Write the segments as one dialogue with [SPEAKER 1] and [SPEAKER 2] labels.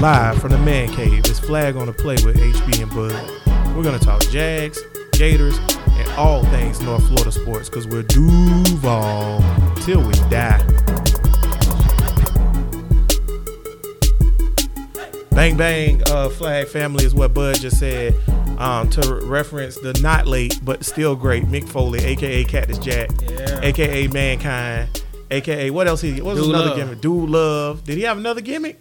[SPEAKER 1] Live from the man cave, it's Flag on the Play with HB and Bud. We're going to talk Jags, Gators, and all things North Florida sports because we're Duval till we die. Bang bang, uh, flag family is what Bud just said. Um, to reference the not late but still great Mick Foley, aka Cactus Jack,
[SPEAKER 2] Yeah.
[SPEAKER 1] aka Mankind, aka what else he? What was
[SPEAKER 2] Dude
[SPEAKER 1] another
[SPEAKER 2] Love.
[SPEAKER 1] gimmick? Dude Love. Did he have another gimmick?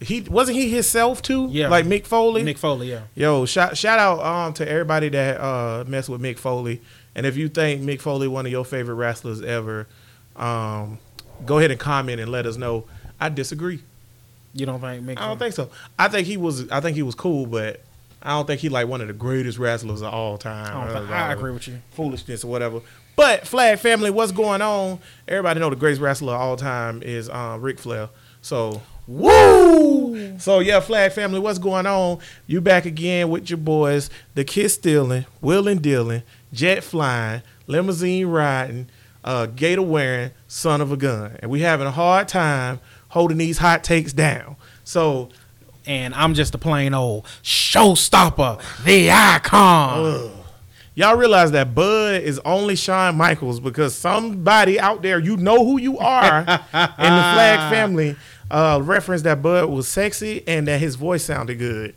[SPEAKER 1] He wasn't he himself too?
[SPEAKER 2] Yeah.
[SPEAKER 1] like Mick Foley.
[SPEAKER 2] Mick Foley, yeah.
[SPEAKER 1] Yo, shout shout out um to everybody that uh mess with Mick Foley. And if you think Mick Foley one of your favorite wrestlers ever, um, go ahead and comment and let us know. I disagree.
[SPEAKER 2] You don't think Mick?
[SPEAKER 1] I don't
[SPEAKER 2] Foley-
[SPEAKER 1] think so. I think he was I think he was cool, but I don't think he like one of the greatest wrestlers of all time.
[SPEAKER 2] I, don't think- I agree with you.
[SPEAKER 1] Foolishness or whatever. But Flag Family, what's going on? Everybody know the greatest wrestler of all time is um, Ric Flair. So woo! So yeah, Flag Family, what's going on? You back again with your boys, the kid stealing, Will and dealing, jet flying, limousine riding, uh, gator wearing, son of a gun, and we having a hard time holding these hot takes down. So
[SPEAKER 2] And I'm just a plain old showstopper, the icon.
[SPEAKER 1] Y'all realize that Bud is only Shawn Michaels because somebody out there, you know who you are in the Flag family, uh, referenced that Bud was sexy and that his voice sounded good.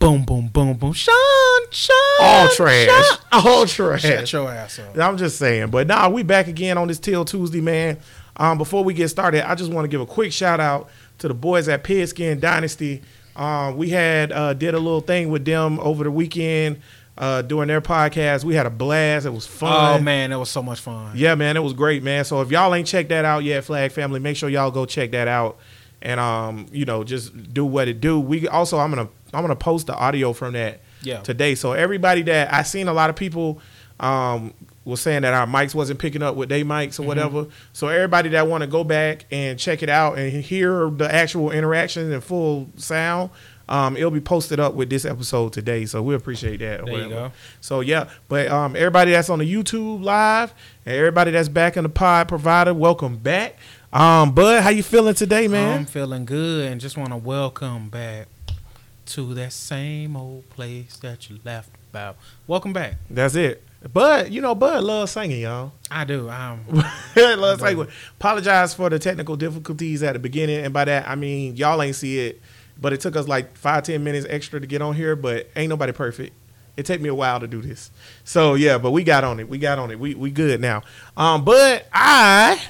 [SPEAKER 2] Boom, boom, boom, boom. Sean, Sean.
[SPEAKER 1] All trash.
[SPEAKER 2] Sean.
[SPEAKER 1] All trash.
[SPEAKER 2] Shut your ass up.
[SPEAKER 1] I'm just saying. But nah, we back again on this Till Tuesday, man. Um, before we get started, I just want to give a quick shout out to the boys at Pigskin Dynasty. Um, we had uh, did a little thing with them over the weekend uh, during their podcast. We had a blast. It was
[SPEAKER 2] Oh
[SPEAKER 1] fun.
[SPEAKER 2] man, that was so much fun.
[SPEAKER 1] Yeah, man, it was great, man. So if y'all ain't checked that out yet, Flag Family, make sure y'all go check that out, and um, you know, just do what it do. We also, I'm gonna, I'm gonna post the audio from that
[SPEAKER 2] Yeah.
[SPEAKER 1] today. So everybody that I seen a lot of people, um, was saying that our mics wasn't picking up with they mics
[SPEAKER 2] Mm-hmm.
[SPEAKER 1] or whatever. So everybody that want to go back and check it out and hear the actual interaction and full sound. Um, it'll be posted up with this episode today, so we appreciate that. or
[SPEAKER 2] There you
[SPEAKER 1] whatever.
[SPEAKER 2] go.
[SPEAKER 1] So yeah, but um, everybody that's on the YouTube live and everybody that's back in the pod provider, welcome back. Um, Bud, how you feeling today, man?
[SPEAKER 2] I'm feeling good and just want to welcome back to that same old place that you left about. Welcome back.
[SPEAKER 1] that's it. Bud, you know, Bud loves singing, y'all.
[SPEAKER 2] I do. I'm
[SPEAKER 1] loves singing. Apologize for the technical difficulties at the beginning, and by that I mean y'all ain't see it, but it took us like five ten minutes extra to get on here. But ain't nobody perfect. It take me a while to do this. So yeah, but we got on it. We got on it. We we good now. Um, but I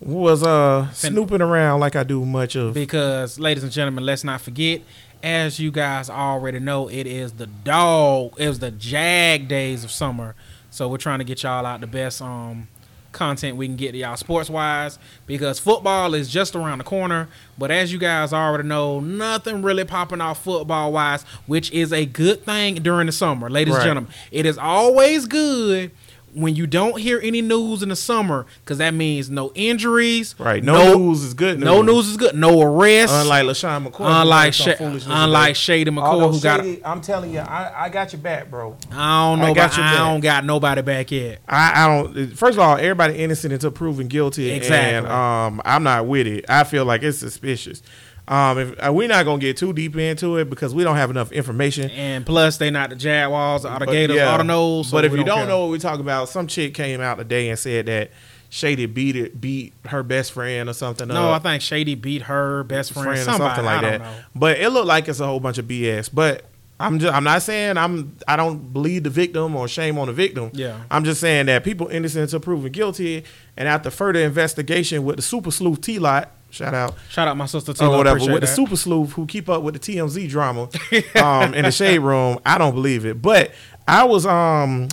[SPEAKER 1] was uh snooping around like I do much of.
[SPEAKER 2] because, ladies and gentlemen, let's not forget. As you guys already know, it is the dog. It was the jag days of summer, so we're trying to get y'all out the best um content we can get to y'all sports wise because football is just around the corner. But as you guys already know, nothing really popping off football wise, which is a good thing during the summer, ladies
[SPEAKER 1] Right.
[SPEAKER 2] and gentlemen. It is always good. When you don't hear any news in the summer, because that means no injuries,
[SPEAKER 1] Right. No news is good
[SPEAKER 2] no
[SPEAKER 1] news.
[SPEAKER 2] news is good. No arrests.
[SPEAKER 1] Unlike LaShawn McCoy, who
[SPEAKER 2] unlike,
[SPEAKER 1] made some
[SPEAKER 2] Sha-
[SPEAKER 1] foolishness
[SPEAKER 2] unlike
[SPEAKER 1] today.
[SPEAKER 2] Shady McCoy,
[SPEAKER 1] Although
[SPEAKER 2] who got.
[SPEAKER 1] Shady, I'm telling you, I, I got your back, bro.
[SPEAKER 2] I don't know.
[SPEAKER 1] I
[SPEAKER 2] about- I,
[SPEAKER 1] got your back.
[SPEAKER 2] don't got nobody back yet.
[SPEAKER 1] I, I don't. First of all, everybody innocent until proven guilty. And
[SPEAKER 2] Exactly.
[SPEAKER 1] um, I'm not with it. I feel like it's suspicious. Um, if, uh, we're not gonna get too deep into it because we don't have enough information.
[SPEAKER 2] And plus, they not the Jaguars or the
[SPEAKER 1] But,
[SPEAKER 2] Gators
[SPEAKER 1] yeah.
[SPEAKER 2] or the Knolls. so
[SPEAKER 1] but if
[SPEAKER 2] we
[SPEAKER 1] you don't
[SPEAKER 2] care.
[SPEAKER 1] know what we're talking about, some chick came out today and said that Shady beat it, beat her best friend or something.
[SPEAKER 2] no,
[SPEAKER 1] up.
[SPEAKER 2] I think Shady beat her best friend,
[SPEAKER 1] uh, friend
[SPEAKER 2] somebody.
[SPEAKER 1] or something like
[SPEAKER 2] I
[SPEAKER 1] that.
[SPEAKER 2] don't know.
[SPEAKER 1] But it looked like it's a whole bunch of BS. But I'm just I'm not saying I'm I don't believe the victim or shame on the victim.
[SPEAKER 2] Yeah.
[SPEAKER 1] I'm just saying that people innocent until proven guilty, and after further investigation with the super sleuth T Lot. Shout out
[SPEAKER 2] Shout out my sister too.
[SPEAKER 1] or whatever
[SPEAKER 2] Oh, Appreciate
[SPEAKER 1] with the
[SPEAKER 2] that.
[SPEAKER 1] super sleuth who keep up with the TMZ drama um, in the shade room. I don't believe it, but I was um,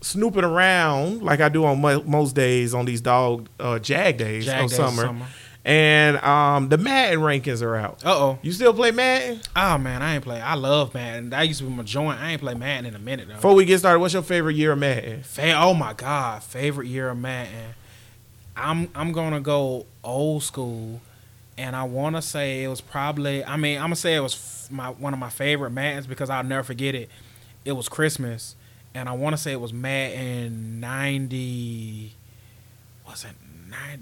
[SPEAKER 1] snooping around like I do on mo- most days on these dog uh, jag days
[SPEAKER 2] Jag
[SPEAKER 1] on
[SPEAKER 2] days,
[SPEAKER 1] summer.
[SPEAKER 2] summer.
[SPEAKER 1] And um, the Madden rankings are out.
[SPEAKER 2] Uh-oh.
[SPEAKER 1] you still play Madden?
[SPEAKER 2] Oh man, I ain't play. I love Madden. That used to be my joint. I ain't play Madden in a minute though.
[SPEAKER 1] Before we get started, what's your favorite year of Madden?
[SPEAKER 2] Fa- oh my god, favorite year of Madden. I'm I'm gonna go old school, and I want to say it was probably. I mean, I'm gonna say it was f- my one of my favorite Maddens because I'll never forget it. It was Christmas, and I want to say it was Madden ninety. Was it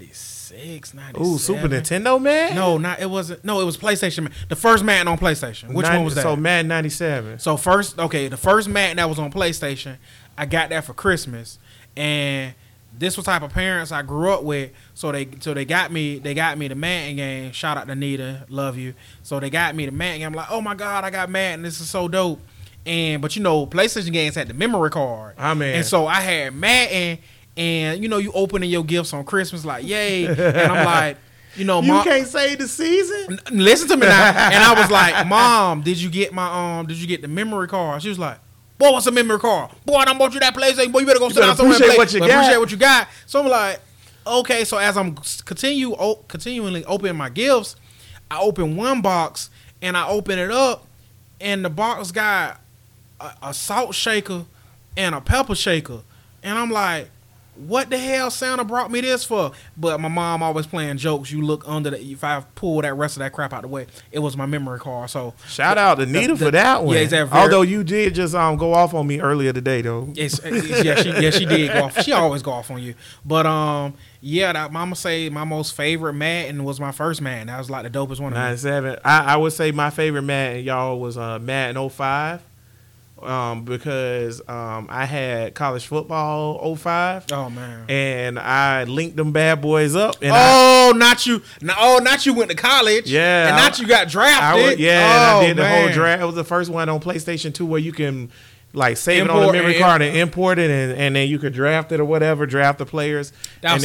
[SPEAKER 2] 96, 97.
[SPEAKER 1] Ooh, Super Nintendo man.
[SPEAKER 2] No, not it wasn't. No, it was PlayStation. Man. The first Madden on PlayStation. Which
[SPEAKER 1] Nin-
[SPEAKER 2] one was that?
[SPEAKER 1] So
[SPEAKER 2] So,
[SPEAKER 1] Madden '97.
[SPEAKER 2] first, okay, the first Madden that was on PlayStation, I got that for Christmas, and this was type of parents I grew up with. So they, so they got me, they got me the Madden game. Shout out to Nita, love you. So they got me the Madden game. I'm like, oh my god, I got Madden. This is so dope. And but you know, PlayStation games had the memory card.
[SPEAKER 1] I mean-
[SPEAKER 2] and so so I had Madden, and you know, you opening your gifts on Christmas, like yay, and I'm like, you know,
[SPEAKER 1] You
[SPEAKER 2] mom,
[SPEAKER 1] can't say the season.
[SPEAKER 2] n- listen to me now. And I was like, mom, did you get my um, did you get the memory card? She was like. Boy, what's a memory card? Boy, I don't want you that PlayStation. Boy, you better go sit
[SPEAKER 1] better
[SPEAKER 2] down somewhere and
[SPEAKER 1] appreciate
[SPEAKER 2] play.
[SPEAKER 1] what you
[SPEAKER 2] But
[SPEAKER 1] got.
[SPEAKER 2] Appreciate what you got. So I'm like, okay. So as I'm s- continue o- continually opening my gifts, I open one box and I open it up, and the box got a, a salt shaker and a pepper shaker. And I'm like, what the hell Santa brought me this for? But my mom always playing jokes. You look under the, if I pull that rest of that crap out the way, it was my memory card. So
[SPEAKER 1] Shout out to Nita
[SPEAKER 2] the-
[SPEAKER 1] for that one.
[SPEAKER 2] yeah, it's that very-
[SPEAKER 1] Although you did just um go off on me earlier today though.
[SPEAKER 2] It's, it's- yeah, she yeah she did go off. She always go off on you. But um, yeah, that mama say my most favorite Madden was my first Madden. That was like the dopest one. of them.
[SPEAKER 1] 97. I, I would say my favorite Madden, y'all, was uh, Madden 05 um, because um, I had college football 05
[SPEAKER 2] Oh man.
[SPEAKER 1] and I linked them bad boys up. And I,
[SPEAKER 2] oh, not you. No, oh, not you went to college.
[SPEAKER 1] Yeah,
[SPEAKER 2] and not you got
[SPEAKER 1] I
[SPEAKER 2] drafted.
[SPEAKER 1] would- yeah, and
[SPEAKER 2] oh,
[SPEAKER 1] I did the
[SPEAKER 2] man.
[SPEAKER 1] whole draft. It was the first one on PlayStation 2 where you can like save it on the
[SPEAKER 2] Import
[SPEAKER 1] memory
[SPEAKER 2] and-
[SPEAKER 1] card and import it, and, and then you could draft it or whatever, draft the players.
[SPEAKER 2] That's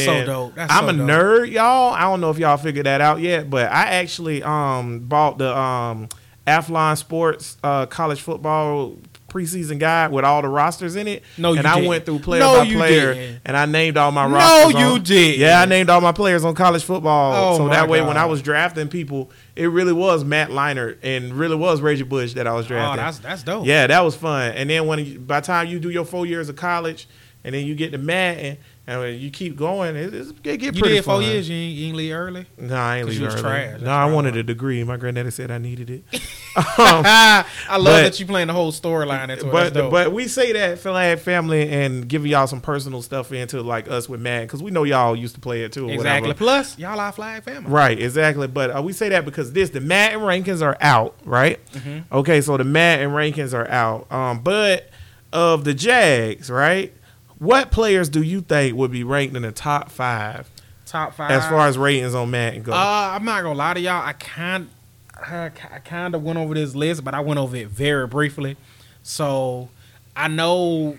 [SPEAKER 1] and
[SPEAKER 2] so
[SPEAKER 1] then-
[SPEAKER 2] dope. That's
[SPEAKER 1] I'm
[SPEAKER 2] so
[SPEAKER 1] a
[SPEAKER 2] dope.
[SPEAKER 1] nerd, y'all. I don't know if y'all figured that out yet, but I actually um bought the um Athlon Sports uh, college football preseason guide with all the rosters in it.
[SPEAKER 2] No, you
[SPEAKER 1] and I
[SPEAKER 2] didn't.
[SPEAKER 1] went through player
[SPEAKER 2] No,
[SPEAKER 1] by
[SPEAKER 2] you
[SPEAKER 1] player,
[SPEAKER 2] didn't.
[SPEAKER 1] and I named all my
[SPEAKER 2] No,
[SPEAKER 1] rosters.
[SPEAKER 2] you
[SPEAKER 1] on-
[SPEAKER 2] didn't.
[SPEAKER 1] Yeah, I named all my players on college football.
[SPEAKER 2] Oh,
[SPEAKER 1] so
[SPEAKER 2] my
[SPEAKER 1] that way, when I
[SPEAKER 2] God.
[SPEAKER 1] was drafting people, it really was Matt Leinart and really was Reggie Bush that I was
[SPEAKER 2] Oh,
[SPEAKER 1] drafting.
[SPEAKER 2] that's that's dope.
[SPEAKER 1] yeah, that was fun. And then when you, by the time you do your four years of college, and then you get to Madden, and when you keep going, it, it's, it get
[SPEAKER 2] You
[SPEAKER 1] pretty
[SPEAKER 2] did
[SPEAKER 1] fun.
[SPEAKER 2] four years. You ain't, you ain't leave early.
[SPEAKER 1] No, I ain't
[SPEAKER 2] 'Cause
[SPEAKER 1] leaving
[SPEAKER 2] you was
[SPEAKER 1] early.
[SPEAKER 2] trash. That's
[SPEAKER 1] No, I
[SPEAKER 2] why.
[SPEAKER 1] wanted a degree. My granddaddy said I needed it. um,
[SPEAKER 2] Ah, I love
[SPEAKER 1] But-
[SPEAKER 2] that you playing the whole storyline. That's what.
[SPEAKER 1] but
[SPEAKER 2] that's dope.
[SPEAKER 1] but we say that for our family and giving y'all some personal stuff into like us with Madden because we know y'all used to play it too. Or
[SPEAKER 2] exactly.
[SPEAKER 1] Whatever.
[SPEAKER 2] Plus, y'all our flag family.
[SPEAKER 1] Right, exactly. But uh, we say that because this the Madden rankings are out, right?
[SPEAKER 2] Mm-hmm.
[SPEAKER 1] Okay, so the Madden rankings are out. Um, but of the Jags, right? What players do you think would be ranked in the top five
[SPEAKER 2] Top five.
[SPEAKER 1] as far as ratings on Madden go?
[SPEAKER 2] Uh, I'm not gonna lie to y'all. I kind, I, kind of went over this list, but I went over it very briefly. So I know,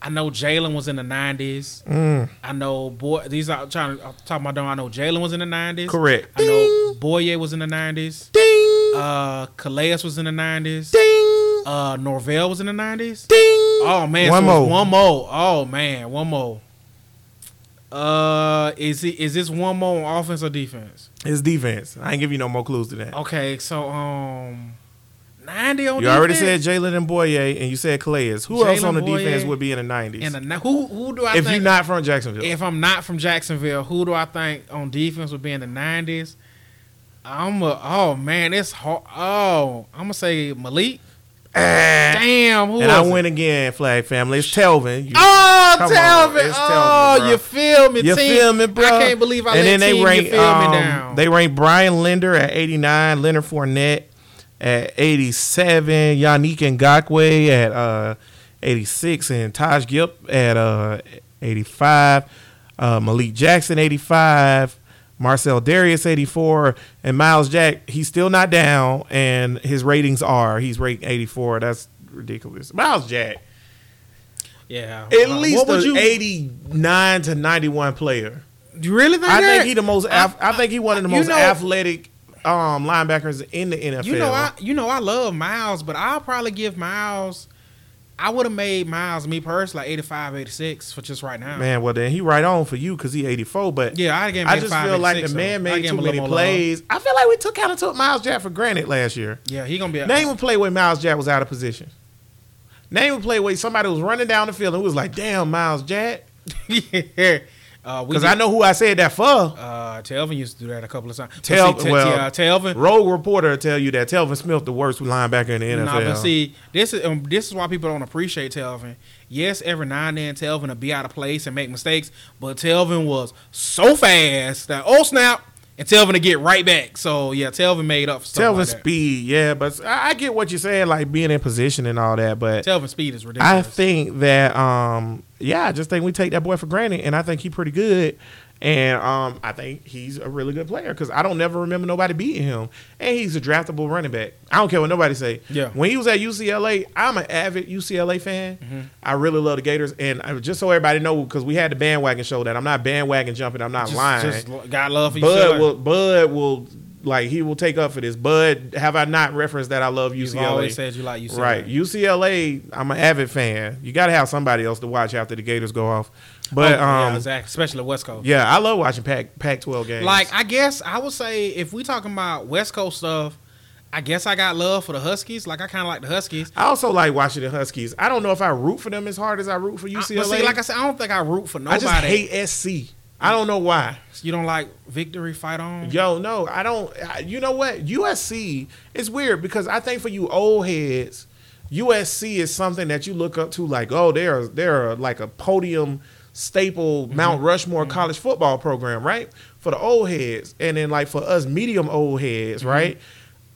[SPEAKER 2] I know Jalen was in the '90s.
[SPEAKER 1] Mm.
[SPEAKER 2] I know boy. These are I'm trying to I'm talking about. I know Jalen was in the '90s.
[SPEAKER 1] Correct.
[SPEAKER 2] I know Boye was in the '90s.
[SPEAKER 1] ding,
[SPEAKER 2] Uh, Calais was in the '90s.
[SPEAKER 1] ding,
[SPEAKER 2] Uh, Norvell was in the '90s.
[SPEAKER 1] ding.
[SPEAKER 2] Oh man,
[SPEAKER 1] One
[SPEAKER 2] one more,
[SPEAKER 1] more.
[SPEAKER 2] one more. Oh man, one more. Uh, is it is this one more on offense or defense?
[SPEAKER 1] It's defense. I ain't give you no more clues to that.
[SPEAKER 2] Okay, so um, ninety on.
[SPEAKER 1] You already said
[SPEAKER 2] defense?
[SPEAKER 1] Jalen and Boye, and you said Calais. Who else
[SPEAKER 2] Jalen
[SPEAKER 1] on the
[SPEAKER 2] Boye
[SPEAKER 1] defense would be in the nineties?
[SPEAKER 2] And a, ni- who who do I
[SPEAKER 1] If
[SPEAKER 2] think?
[SPEAKER 1] you're not from Jacksonville,
[SPEAKER 2] if I'm not from Jacksonville, who do I think on defense would be in the nineties? I'm a oh man, it's hard. Oh, I'm gonna say Malik.
[SPEAKER 1] Ah.
[SPEAKER 2] Damn, who
[SPEAKER 1] and I
[SPEAKER 2] was it?
[SPEAKER 1] win again, Flag Family. It's Telvin. You-
[SPEAKER 2] Oh,
[SPEAKER 1] Come on,
[SPEAKER 2] Telvin!
[SPEAKER 1] it's Telvin,
[SPEAKER 2] Oh,
[SPEAKER 1] bro.
[SPEAKER 2] you feel me?
[SPEAKER 1] You
[SPEAKER 2] team.
[SPEAKER 1] feel me, bro?
[SPEAKER 2] I can't believe I let team, you feel me down.
[SPEAKER 1] um, They ranked Brian Linder at 89, Leonard Fournette at 87, Yannick Ngakwe at uh, 86, and Taj Gip at uh, 85, uh, Malik Jackson 85, Marcel Darius 84, and Miles Jack. He's still not down, and his ratings are he's ranked 84. That's ridiculous. Miles Jack,
[SPEAKER 2] yeah.
[SPEAKER 1] at
[SPEAKER 2] Uh,
[SPEAKER 1] least
[SPEAKER 2] what would
[SPEAKER 1] a
[SPEAKER 2] you
[SPEAKER 1] 89 to 91 player.
[SPEAKER 2] you really think
[SPEAKER 1] I
[SPEAKER 2] that?
[SPEAKER 1] think he the most. ath- I, think he one of the
[SPEAKER 2] you
[SPEAKER 1] most
[SPEAKER 2] know-
[SPEAKER 1] athletic um, linebackers in the NFL.
[SPEAKER 2] You know, I you know I love Miles, but I'll probably give Miles. I would have made Miles me personally like 85, 86 for just right now.
[SPEAKER 1] man. Well, then he right on for you because he eighty four. But
[SPEAKER 2] Yeah, I'd give him
[SPEAKER 1] I just
[SPEAKER 2] 85,
[SPEAKER 1] feel like
[SPEAKER 2] 86,
[SPEAKER 1] the
[SPEAKER 2] so
[SPEAKER 1] man
[SPEAKER 2] I'd
[SPEAKER 1] made
[SPEAKER 2] give
[SPEAKER 1] too
[SPEAKER 2] him a little
[SPEAKER 1] many
[SPEAKER 2] more
[SPEAKER 1] plays. I feel like we took kind of took Miles Jack for granted last year.
[SPEAKER 2] love. Yeah, he gonna be. A,
[SPEAKER 1] Name a play where Miles Jack was out of position. Name a play where somebody was running down the field and it was like, "Damn, Miles Jack."
[SPEAKER 2] yeah, Uh, we
[SPEAKER 1] Because
[SPEAKER 2] did-
[SPEAKER 1] I know who I said that for.
[SPEAKER 2] uh, Telvin used to do that a couple of times. But
[SPEAKER 1] Tel-
[SPEAKER 2] see, Te-
[SPEAKER 1] well,
[SPEAKER 2] yeah, Telvin.
[SPEAKER 1] Rogue reporter will tell you that Telvin Smith, the worst linebacker in the NFL.
[SPEAKER 2] Nah, but see, this is um, this is why people don't appreciate Telvin. Yes, every now and then Telvin will be out of place and make mistakes, but Telvin was so fast that oh snap, and Telvin to get right back. So yeah, Telvin made up for stuff
[SPEAKER 1] Telvin
[SPEAKER 2] like that.
[SPEAKER 1] speed, yeah, but I, I get what you're saying, like being in position and all that. But
[SPEAKER 2] Telvin speed is ridiculous.
[SPEAKER 1] I think that, um, yeah, I just think we take that boy for granted, and I think he pretty good, and um, I think he's a really good player because I don't never remember nobody beating him, and he's a draftable running back. I don't care what nobody say.
[SPEAKER 2] Yeah.
[SPEAKER 1] when he was at UCLA, I'm an avid UCLA fan.
[SPEAKER 2] Mm-hmm.
[SPEAKER 1] I really love the Gators, and I, just so everybody know, because we had the bandwagon show that I'm not bandwagon jumping, I'm not
[SPEAKER 2] just,
[SPEAKER 1] lying.
[SPEAKER 2] just lo- got love for you.
[SPEAKER 1] Bud
[SPEAKER 2] Bud
[SPEAKER 1] will Bud will like he will take up for this. Bud, have I not referenced that I love
[SPEAKER 2] You've
[SPEAKER 1] UCLA?
[SPEAKER 2] always said you Oh, like UCLA.
[SPEAKER 1] Right, UCLA. I'm an avid fan. You got to have somebody else to watch after the Gators go off. But
[SPEAKER 2] Oh, yeah,
[SPEAKER 1] um, yeah,
[SPEAKER 2] exactly. especially West Coast.
[SPEAKER 1] I love watching Pac Pac-12 games.
[SPEAKER 2] Like I guess I would say if we talking about West Coast stuff, I guess I got love for the Huskies. Like I kind of like the Huskies.
[SPEAKER 1] I also like watching the Huskies. I don't know if I root for them as hard as I root for
[SPEAKER 2] I,
[SPEAKER 1] UCLA.
[SPEAKER 2] but see, like I said, I don't think I root for
[SPEAKER 1] I
[SPEAKER 2] nobody.
[SPEAKER 1] just hate SC. I don't know why.
[SPEAKER 2] You don't like victory fight on?
[SPEAKER 1] Yo, no, I don't. I, you know what? USC is weird because I think for you old heads, USC is something that you look up to, like, oh, they're they're like a podium staple
[SPEAKER 2] Mm-hmm.
[SPEAKER 1] Mount Rushmore college football program, right? For the old heads, and then like for us medium old heads,
[SPEAKER 2] Mm-hmm.
[SPEAKER 1] right?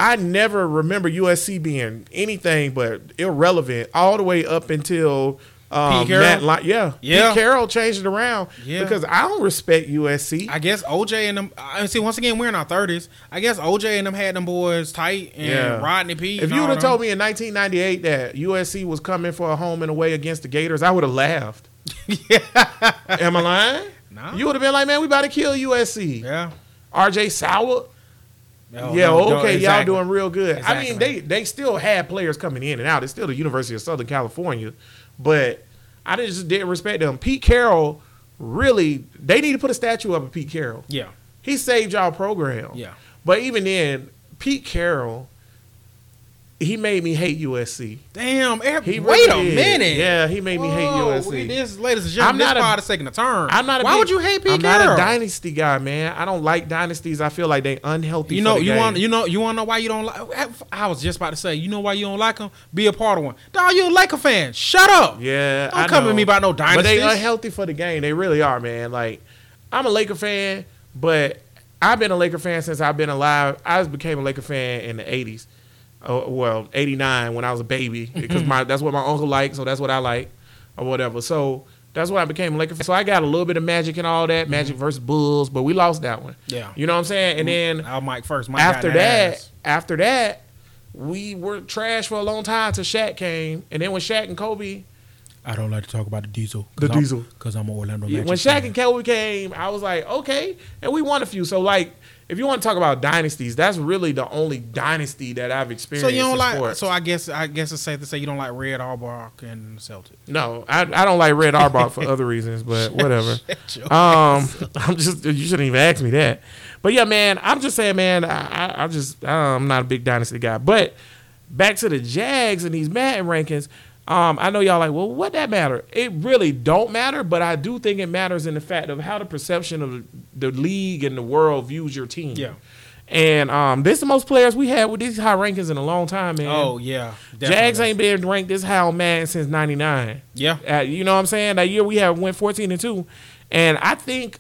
[SPEAKER 1] I never remember USC being anything but irrelevant all the way up until. Um,
[SPEAKER 2] Pete Carroll?
[SPEAKER 1] Matt Lyon- yeah,
[SPEAKER 2] Yeah.
[SPEAKER 1] Pete Carroll changed it around
[SPEAKER 2] Yeah.
[SPEAKER 1] because I don't respect USC.
[SPEAKER 2] I guess OJ and them. I see. Once again, we're in our thirties. I guess OJ and them had them boys tight and
[SPEAKER 1] Yeah.
[SPEAKER 2] Rodney P.
[SPEAKER 1] If you would have told me in 1998 that USC was coming for a home and away against the Gators, I would have laughed. Am I lying?
[SPEAKER 2] Nah.
[SPEAKER 1] You would have been like, man, we about to kill USC.
[SPEAKER 2] yeah,
[SPEAKER 1] RJ Sauer.
[SPEAKER 2] No,
[SPEAKER 1] yeah,
[SPEAKER 2] no, no,
[SPEAKER 1] okay,
[SPEAKER 2] exactly.
[SPEAKER 1] y'all doing real good. I mean, they
[SPEAKER 2] Exactly.
[SPEAKER 1] they still had players coming in and out. It's still the University of Southern California, but I just didn't respect them. Pete Carroll really, they need to put a statue up of Pete Carroll.
[SPEAKER 2] Yeah,
[SPEAKER 1] He saved y'all program.
[SPEAKER 2] Yeah.
[SPEAKER 1] But even then, Pete Carroll, he made me hate USC.
[SPEAKER 2] damn. Eric,
[SPEAKER 1] He
[SPEAKER 2] wait
[SPEAKER 1] really did.
[SPEAKER 2] a minute.
[SPEAKER 1] Yeah, he made me hate
[SPEAKER 2] Whoa,
[SPEAKER 1] USC.
[SPEAKER 2] we- This, ladies and
[SPEAKER 1] I'm
[SPEAKER 2] gentlemen,
[SPEAKER 1] not
[SPEAKER 2] this
[SPEAKER 1] a-
[SPEAKER 2] part is taking a turn.
[SPEAKER 1] I'm not. A
[SPEAKER 2] Why
[SPEAKER 1] big-
[SPEAKER 2] would you hate Pete
[SPEAKER 1] I'm
[SPEAKER 2] Carroll?
[SPEAKER 1] not a dynasty guy, man. I don't like dynasties. I feel like they unhealthy.
[SPEAKER 2] you
[SPEAKER 1] for
[SPEAKER 2] know,
[SPEAKER 1] the
[SPEAKER 2] you
[SPEAKER 1] game.
[SPEAKER 2] want, you know, you want to know why you don't like. I was just about to say, you know why you don't like him? Be a part of one. Dog, you a Laker fan? Shut up.
[SPEAKER 1] Yeah,
[SPEAKER 2] Don't
[SPEAKER 1] I
[SPEAKER 2] come
[SPEAKER 1] know.
[SPEAKER 2] at me about no
[SPEAKER 1] But they
[SPEAKER 2] dynasties.
[SPEAKER 1] unhealthy for the game. They really are, man. Like I'm a Laker fan, but I've been a Laker fan since I've been alive. I became a Laker fan in the '80s, oh, well '89 when I was a baby
[SPEAKER 2] Mm-hmm.
[SPEAKER 1] because my that's what my uncle liked, so that's what I like, or whatever. So that's why I became a Laker fan. So I got a little bit of Magic and all that, Magic versus Bulls, but we lost that one.
[SPEAKER 2] Mm-hmm. Yeah.
[SPEAKER 1] you know what I'm saying. And then
[SPEAKER 2] I'll Mike first. Mike got
[SPEAKER 1] after that,
[SPEAKER 2] ass.
[SPEAKER 1] after that, we were trash for a long time till Shaq came, and then when Shaq and Kobe
[SPEAKER 2] I don't like to talk about the diesel.
[SPEAKER 1] The I'm- Diesel.
[SPEAKER 2] Because I'm an Orlando
[SPEAKER 1] Yeah, when Shaq and Kobe came, I was like, okay, and we won a few. So like, if you want to talk about dynasties, that's really the only dynasty that I've experienced.
[SPEAKER 2] so you don't
[SPEAKER 1] in
[SPEAKER 2] like.
[SPEAKER 1] sports.
[SPEAKER 2] So I guess I guess it's safe to say you don't like Red Auerbach and Celtic.
[SPEAKER 1] no, I, I don't like Red Auerbach for other reasons, but whatever.
[SPEAKER 2] Joe.
[SPEAKER 1] Um, I'm just you shouldn't even ask me that. But yeah, man, I'm just saying, man, I, I, I just I'm not a big dynasty guy. But back to the Jags and these Madden rankings. Um, I know y'all like, well, what that matter? It really don't matter, but I do think it matters in the fact of how the perception of the league and the world views your team.
[SPEAKER 2] Yeah.
[SPEAKER 1] And um, this is the most players we had with these high rankings in a long time, man.
[SPEAKER 2] oh yeah,
[SPEAKER 1] Jags
[SPEAKER 2] definitely.
[SPEAKER 1] ain't been ranked this high on Madden since '99.
[SPEAKER 2] Yeah,
[SPEAKER 1] Uh, you know what I'm saying? That year we have went 14 and two, and I think,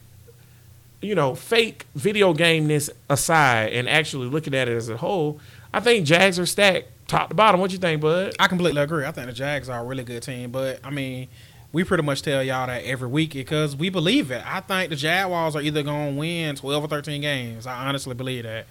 [SPEAKER 1] you know, fake video gameness aside, and actually looking at it as a whole, I think Jags are stacked top to bottom. What you think, Bud?
[SPEAKER 2] I completely agree. I think the Jags are a really good team, but I mean, we pretty much tell y'all that every week because we believe it. I think the Jaguars are either gonna win twelve or thirteen games. I honestly believe that.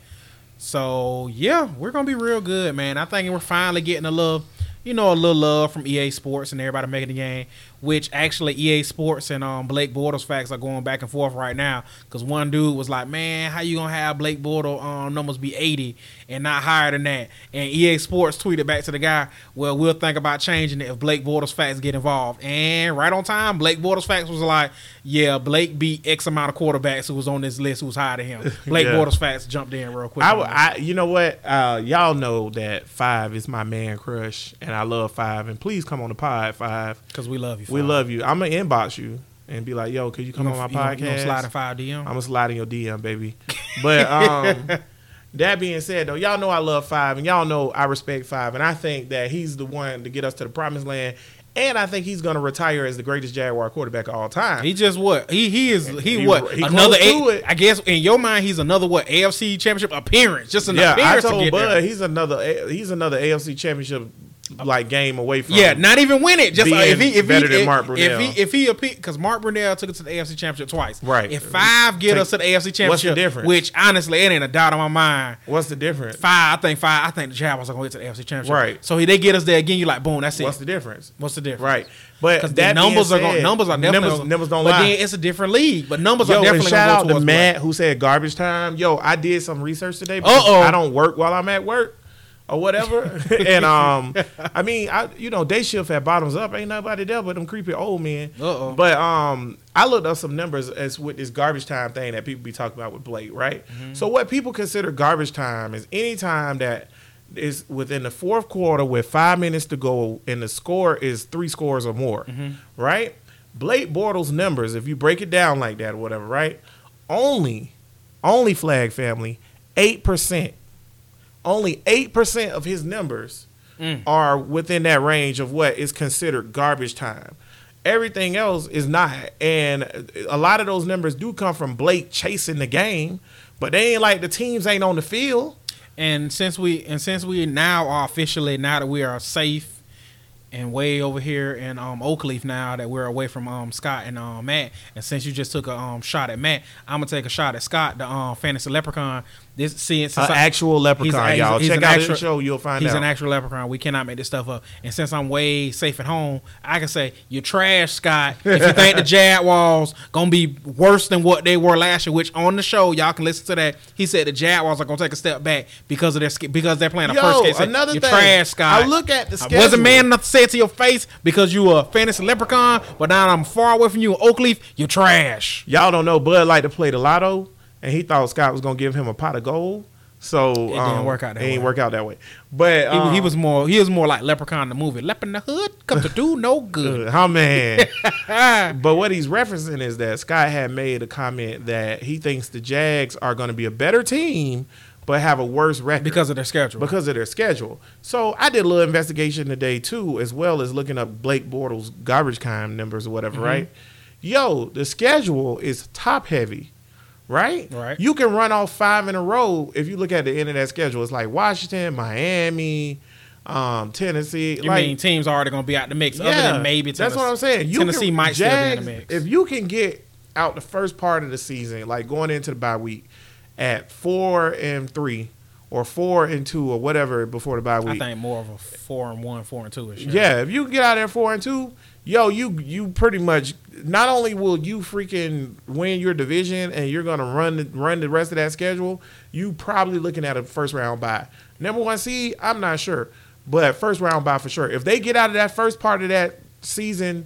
[SPEAKER 2] So yeah, we're gonna be real good, man. I think we're finally getting a little, you know, a little love from EA Sports and everybody making the game. Which actually, EA Sports and um, Blake Bortles facts are going back and forth right now. Cause one dude was like, "Man, how you gonna have Blake Bortles um, numbers be 80 and not higher than that?" And EA Sports tweeted back to the guy, "Well, we'll think about changing it if Blake Bortles facts get involved." And right on time, Blake Bortles facts was like, "Yeah, Blake beat X amount of quarterbacks who was on this list who was higher than him." Blake
[SPEAKER 1] Yeah.
[SPEAKER 2] Bortles facts jumped in real quick.
[SPEAKER 1] I, w- I- you know what? Uh, y'all know that Five is my man crush, and I love Five. And please come on the pod, Five.
[SPEAKER 2] Because we love you.
[SPEAKER 1] We
[SPEAKER 2] Fab.
[SPEAKER 1] love you. I'm gonna inbox you. and be like, "Yo, could you come
[SPEAKER 2] You
[SPEAKER 1] on
[SPEAKER 2] gonna-
[SPEAKER 1] my
[SPEAKER 2] you gonna-
[SPEAKER 1] podcast?"
[SPEAKER 2] You gonna slide a five DM.
[SPEAKER 1] I'm gonna slide in your DM, baby. But um, that being said, though, y'all know I love Five, and y'all know I respect Five, and I think that he's the one to get us to the promised land. And I think he's gonna retire as the greatest Jaguar quarterback of all time.
[SPEAKER 2] He just what? He he is he,
[SPEAKER 1] He-
[SPEAKER 2] what?
[SPEAKER 1] he
[SPEAKER 2] another
[SPEAKER 1] close to
[SPEAKER 2] A-
[SPEAKER 1] it.
[SPEAKER 2] I guess in your mind he's another what AFC championship appearance. Just an
[SPEAKER 1] yeah, I
[SPEAKER 2] appearance to
[SPEAKER 1] told
[SPEAKER 2] get
[SPEAKER 1] Bud
[SPEAKER 2] there.
[SPEAKER 1] he's another A- he's another AFC championship like game away from.
[SPEAKER 2] Yeah, not even win it. Just uh, if he
[SPEAKER 1] being
[SPEAKER 2] if he
[SPEAKER 1] better than
[SPEAKER 2] if,
[SPEAKER 1] Mark
[SPEAKER 2] if
[SPEAKER 1] Brunell.
[SPEAKER 2] he if he because Mark Brunell took us to the AFC Championship twice.
[SPEAKER 1] Right.
[SPEAKER 2] If five get
[SPEAKER 1] Take-
[SPEAKER 2] us to the AFC Championship,
[SPEAKER 1] what's the difference?
[SPEAKER 2] Which honestly, it ain't a doubt on my mind.
[SPEAKER 1] What's the difference?
[SPEAKER 2] Five, I think five. I think the Jaguars are gonna get to the AFC Championship.
[SPEAKER 1] Right.
[SPEAKER 2] So he, they get us there again. You like boom. That's it.
[SPEAKER 1] What's the difference?
[SPEAKER 2] What's the difference?
[SPEAKER 1] Right,
[SPEAKER 2] 'Cause
[SPEAKER 1] but
[SPEAKER 2] the
[SPEAKER 1] that
[SPEAKER 2] numbers are
[SPEAKER 1] being
[SPEAKER 2] going
[SPEAKER 1] said,
[SPEAKER 2] numbers are definitely
[SPEAKER 1] numbers,
[SPEAKER 2] gonna-
[SPEAKER 1] numbers don't
[SPEAKER 2] but
[SPEAKER 1] lie.
[SPEAKER 2] then it's a different league. But numbers
[SPEAKER 1] Yo,
[SPEAKER 2] are
[SPEAKER 1] and
[SPEAKER 2] definitely
[SPEAKER 1] shout
[SPEAKER 2] gonna
[SPEAKER 1] out
[SPEAKER 2] go
[SPEAKER 1] to
[SPEAKER 2] towards
[SPEAKER 1] Matt who said garbage time. Yo, I did some research today.
[SPEAKER 2] Uh-oh.
[SPEAKER 1] because I don't work while I'm at work or whatever. and um, I mean, I you know day shift at Bottoms Up ain't nobody there but them creepy old men.
[SPEAKER 2] Uh-oh.
[SPEAKER 1] But um, I looked up some numbers as with this garbage time thing that people be talking about with Blake, right? So what people consider garbage time is any time that is within the fourth quarter with five minutes to go and the score is three scores or more, right? Blake Bortles numbers, if you break it down like that or whatever, right? Only, only flag family, eight percent only 8% of his numbers
[SPEAKER 2] Mm.
[SPEAKER 1] are within that range of what is considered garbage time. Everything else is not. And a lot of those numbers do come from Blake chasing the game, but they ain't like the teams ain't on the field.
[SPEAKER 2] And since we and since we now are officially now that we are safe and way over here in um Oakleaf now that we're away from um Scott and um Matt and since you just took a um shot at Matt, I'm gonna take a shot at Scott, the um fantasy leprechaun. This seeing since
[SPEAKER 1] An
[SPEAKER 2] I-
[SPEAKER 1] actual leprechaun,
[SPEAKER 2] he's-
[SPEAKER 1] y'all.
[SPEAKER 2] he's
[SPEAKER 1] Check
[SPEAKER 2] an
[SPEAKER 1] out
[SPEAKER 2] actual-
[SPEAKER 1] his show, you'll find
[SPEAKER 2] he's
[SPEAKER 1] out.
[SPEAKER 2] an actual leprechaun. We cannot make this stuff up. And since I'm way safe at home, I can say you trash, Scott. If you think the Jaguars gonna be worse than what they were last year, which on the show y'all can listen to that. He said the Jaguars are gonna take a step back because of their sk- because they're playing a
[SPEAKER 1] Yo,
[SPEAKER 2] first case.
[SPEAKER 1] another
[SPEAKER 2] you
[SPEAKER 1] thing.
[SPEAKER 2] trash, Scott.
[SPEAKER 1] I look at the
[SPEAKER 2] I wasn't
[SPEAKER 1] schedule.
[SPEAKER 2] man enough to say it to your face because you a fantasy leprechaun, but now I'm far away from you in Oakleaf. You trash.
[SPEAKER 1] Y'all don't know Bud liked to play the lotto, and he thought Scott was gonna give him a pot of gold. So it
[SPEAKER 2] didn't work out that
[SPEAKER 1] it ain't
[SPEAKER 2] way.
[SPEAKER 1] work out that way. But
[SPEAKER 2] He,
[SPEAKER 1] um,
[SPEAKER 2] he was more he was more like leprechaun in the movie. Lep in the hood, come to do no good.
[SPEAKER 1] good. Huh, man? but what he's referencing is that Scott had made a comment that he thinks the Jags are going to be a better team, but have a worse record
[SPEAKER 2] Because of their schedule.
[SPEAKER 1] because of their schedule. So I did a little investigation today too, as well as looking up Blake Bortles garbage time numbers or
[SPEAKER 2] Mm-hmm.
[SPEAKER 1] whatever. Right? Yo, the schedule is top heavy. Right?
[SPEAKER 2] Right.
[SPEAKER 1] You can run off five in a row if you look at the end of that schedule. It's like Washington, Miami, um, Tennessee.
[SPEAKER 2] You
[SPEAKER 1] like,
[SPEAKER 2] mean teams are already going to be out the mix, other than maybe Tennessee.
[SPEAKER 1] that's what I'm saying. You
[SPEAKER 2] Tennessee
[SPEAKER 1] can-
[SPEAKER 2] might
[SPEAKER 1] Jags,
[SPEAKER 2] still be in the mix.
[SPEAKER 1] If you can get out the first part of the season, like going into the bye week at four and three or four and two or whatever before the bye
[SPEAKER 2] I
[SPEAKER 1] week.
[SPEAKER 2] think more of a four and one, four and two ish.
[SPEAKER 1] Yeah, if you can get out there four and two, yo, you you pretty much not only will you freaking win your division and you're gonna run the, run the rest of that schedule, you probably looking at a first round bye. Number one seed, I'm not sure, but first round bye for sure. If they get out of that first part of that season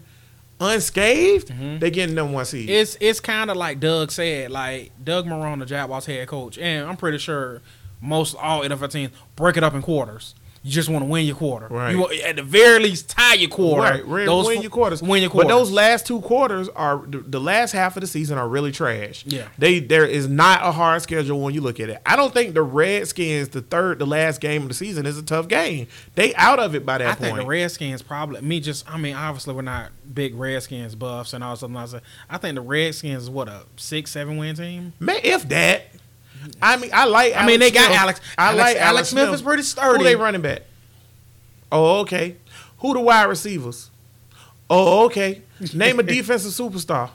[SPEAKER 1] unscathed, they getting number one seed.
[SPEAKER 2] It's it's kind of like Doug said, like Doug Marone, the Jaguars head coach, and I'm pretty sure most all NFL teams break it up in quarters. You just want to win your quarter.
[SPEAKER 1] Right.
[SPEAKER 2] You want, at the very least tie your quarter.
[SPEAKER 1] Right, right,
[SPEAKER 2] Those
[SPEAKER 1] win
[SPEAKER 2] fo-
[SPEAKER 1] your quarters.
[SPEAKER 2] Win your quarters.
[SPEAKER 1] But those last two quarters are the, the last half of the season are really trash.
[SPEAKER 2] Yeah.
[SPEAKER 1] they there is not a hard schedule when you look at it. I don't think the Redskins, the third, the last game of the season, is a tough game. They out of it by that
[SPEAKER 2] I
[SPEAKER 1] point.
[SPEAKER 2] think the Redskins probably me just I mean obviously we're not big Redskins buffs and all something like that. I think the Redskins is what a six seven win team.
[SPEAKER 1] Man, if that. I mean, I like.
[SPEAKER 2] I mean, they got Alex-
[SPEAKER 1] I
[SPEAKER 2] Alex-
[SPEAKER 1] like
[SPEAKER 2] Alex Smith is pretty sturdy.
[SPEAKER 1] Who they running back? Oh, okay. Who the wide receivers? Oh, okay. Name a defensive superstar.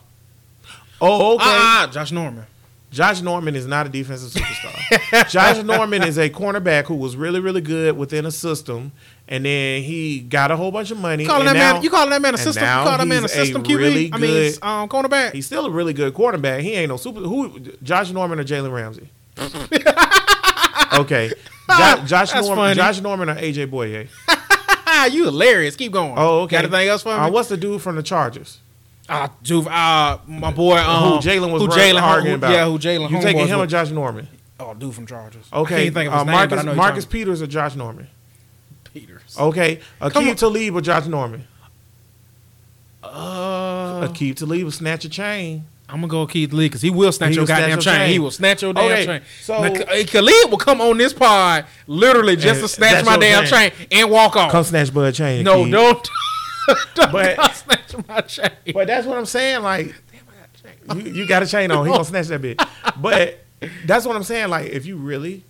[SPEAKER 1] Oh, okay.
[SPEAKER 2] Ah, uh Josh Norman.
[SPEAKER 1] Josh Norman is not a defensive superstar. Josh Norman is a cornerback who was really, really good within a system, and then he got a whole bunch of money.
[SPEAKER 2] You calling that
[SPEAKER 1] and now-
[SPEAKER 2] man? You calling that man a
[SPEAKER 1] and
[SPEAKER 2] system? You
[SPEAKER 1] now
[SPEAKER 2] calling that man a
[SPEAKER 1] he's a
[SPEAKER 2] system QB?
[SPEAKER 1] really
[SPEAKER 2] I mean,
[SPEAKER 1] good-
[SPEAKER 2] um, cornerback.
[SPEAKER 1] He's still a really good quarterback. He ain't no super. Who? Josh Norman or Jalen Ramsey? okay. Jo- Josh
[SPEAKER 2] Ah, That's
[SPEAKER 1] Norman.
[SPEAKER 2] funny.
[SPEAKER 1] Josh Norman or AJ Boye?
[SPEAKER 2] Ah, you hilarious. Keep going.
[SPEAKER 1] Oh, okay.
[SPEAKER 2] Got anything else for me?
[SPEAKER 1] Uh, what's the dude from the Chargers?
[SPEAKER 2] Ah, Juve. Ah, my boy. Um,
[SPEAKER 1] who Jalen was
[SPEAKER 2] Who
[SPEAKER 1] run-
[SPEAKER 2] Jalen
[SPEAKER 1] arguing
[SPEAKER 2] Hol-
[SPEAKER 1] about?
[SPEAKER 2] Yeah, who Jalen?
[SPEAKER 1] You
[SPEAKER 2] Holmes
[SPEAKER 1] taking
[SPEAKER 2] was
[SPEAKER 1] him or
[SPEAKER 2] with-
[SPEAKER 1] Josh Norman?
[SPEAKER 2] Oh, dude from Chargers.
[SPEAKER 1] Okay.
[SPEAKER 2] I can't think of his
[SPEAKER 1] uh,
[SPEAKER 2] name,
[SPEAKER 1] Marcus
[SPEAKER 2] but I know you're
[SPEAKER 1] Marcus
[SPEAKER 2] talking-
[SPEAKER 1] Peters or Josh Norman?
[SPEAKER 2] Peters.
[SPEAKER 1] Okay.
[SPEAKER 2] Come on.
[SPEAKER 1] Akeem Talib or Josh Norman?
[SPEAKER 2] Uh,
[SPEAKER 1] Uh, Akeem Talib will snatch a chain.
[SPEAKER 2] I'm gonna go with Keith Lee because he will snatch
[SPEAKER 1] He
[SPEAKER 2] your
[SPEAKER 1] will snatch
[SPEAKER 2] goddamn
[SPEAKER 1] your
[SPEAKER 2] chain.
[SPEAKER 1] chain.
[SPEAKER 2] He will snatch your damn
[SPEAKER 1] Okay,
[SPEAKER 2] chain.
[SPEAKER 1] so-
[SPEAKER 2] So Khalid will come on this pod literally just
[SPEAKER 1] And
[SPEAKER 2] to snatch
[SPEAKER 1] that's
[SPEAKER 2] my
[SPEAKER 1] your
[SPEAKER 2] damn chain.
[SPEAKER 1] chain.
[SPEAKER 2] and walk off.
[SPEAKER 1] Come snatch Bud chain.
[SPEAKER 2] no,
[SPEAKER 1] Akeem.
[SPEAKER 2] don't, don't
[SPEAKER 1] But-
[SPEAKER 2] come snatch my chain.
[SPEAKER 1] But that's what I'm saying. Like, you, you got a chain on. He gonna snatch that bitch. But that's what I'm saying. Like, if you really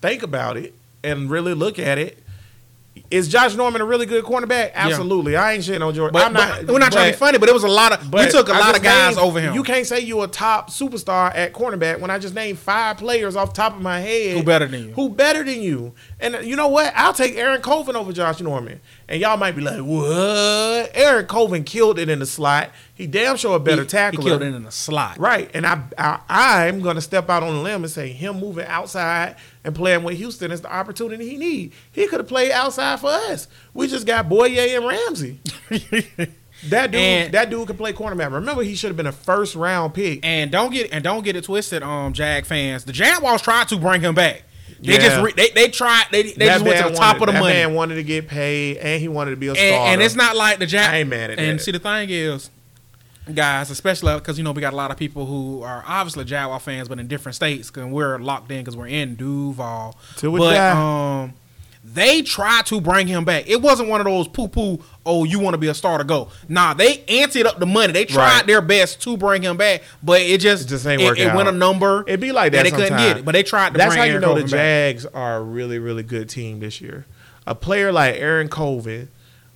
[SPEAKER 1] think about it and really look at it, is Josh Norman a really good cornerback? Absolutely. I ain't shitting on Jordan.
[SPEAKER 2] But,
[SPEAKER 1] I'm not.
[SPEAKER 2] but we're not trying to be
[SPEAKER 1] but-
[SPEAKER 2] funny, but it was a lot of.
[SPEAKER 1] but
[SPEAKER 2] we took a
[SPEAKER 1] I
[SPEAKER 2] lot
[SPEAKER 1] just
[SPEAKER 2] of guys
[SPEAKER 1] named-
[SPEAKER 2] over him.
[SPEAKER 1] You can't say you're a top superstar at cornerback when I just named five players off top of my head
[SPEAKER 2] Who better than you.
[SPEAKER 1] Who better than you? And uh, you know what? I'll take Aaron Colvin over Josh Norman. And y'all might be like, "What?" Aaron Colvin killed it in the slot. He damn sure a better
[SPEAKER 2] he,
[SPEAKER 1] tackler.
[SPEAKER 2] He killed it in the slot.
[SPEAKER 1] Right, and I, I I'm gonna step out on a limb and say him moving outside and playing with Houston is the opportunity he need. He could have played outside for us. We just got Boye and Ramsey. that dude,
[SPEAKER 2] And-
[SPEAKER 1] that dude could play cornerback. Remember, he should have been a first round pick.
[SPEAKER 2] And don't get and don't get it twisted, um, Jag fans. The Jaguars tried to bring him back. They just
[SPEAKER 1] Yeah.
[SPEAKER 2] re, they they tried they they
[SPEAKER 1] that
[SPEAKER 2] just went to
[SPEAKER 1] man
[SPEAKER 2] the top
[SPEAKER 1] wanted,
[SPEAKER 2] of the
[SPEAKER 1] that
[SPEAKER 2] money.
[SPEAKER 1] man wanted to get paid, and he wanted to be a starter.
[SPEAKER 2] and, and it's not like the Jack.
[SPEAKER 1] I ain't mad at
[SPEAKER 2] And
[SPEAKER 1] that.
[SPEAKER 2] see, the thing is, guys, especially because you know we got a lot of people who are obviously Jaguar fans, but in different states, and we're locked in because we're in Duval.
[SPEAKER 1] Till we
[SPEAKER 2] but
[SPEAKER 1] die.
[SPEAKER 2] um, they tried to bring him back. It wasn't one of those poo poo. Oh, you want to be a starter? Go. Nah, they anted up the money. They tried
[SPEAKER 1] Right.
[SPEAKER 2] their best to bring him back, but it just
[SPEAKER 1] It just ain't
[SPEAKER 2] it,
[SPEAKER 1] working
[SPEAKER 2] It went a
[SPEAKER 1] out.
[SPEAKER 2] number.
[SPEAKER 1] It'd be like
[SPEAKER 2] Yeah,
[SPEAKER 1] that.
[SPEAKER 2] they couldn't
[SPEAKER 1] sometime.
[SPEAKER 2] get it, but they tried to
[SPEAKER 1] That's
[SPEAKER 2] bring
[SPEAKER 1] how you
[SPEAKER 2] Aaron
[SPEAKER 1] know the
[SPEAKER 2] Colvin back.
[SPEAKER 1] Jags are a really, really good team this year. A player like Aaron Colvin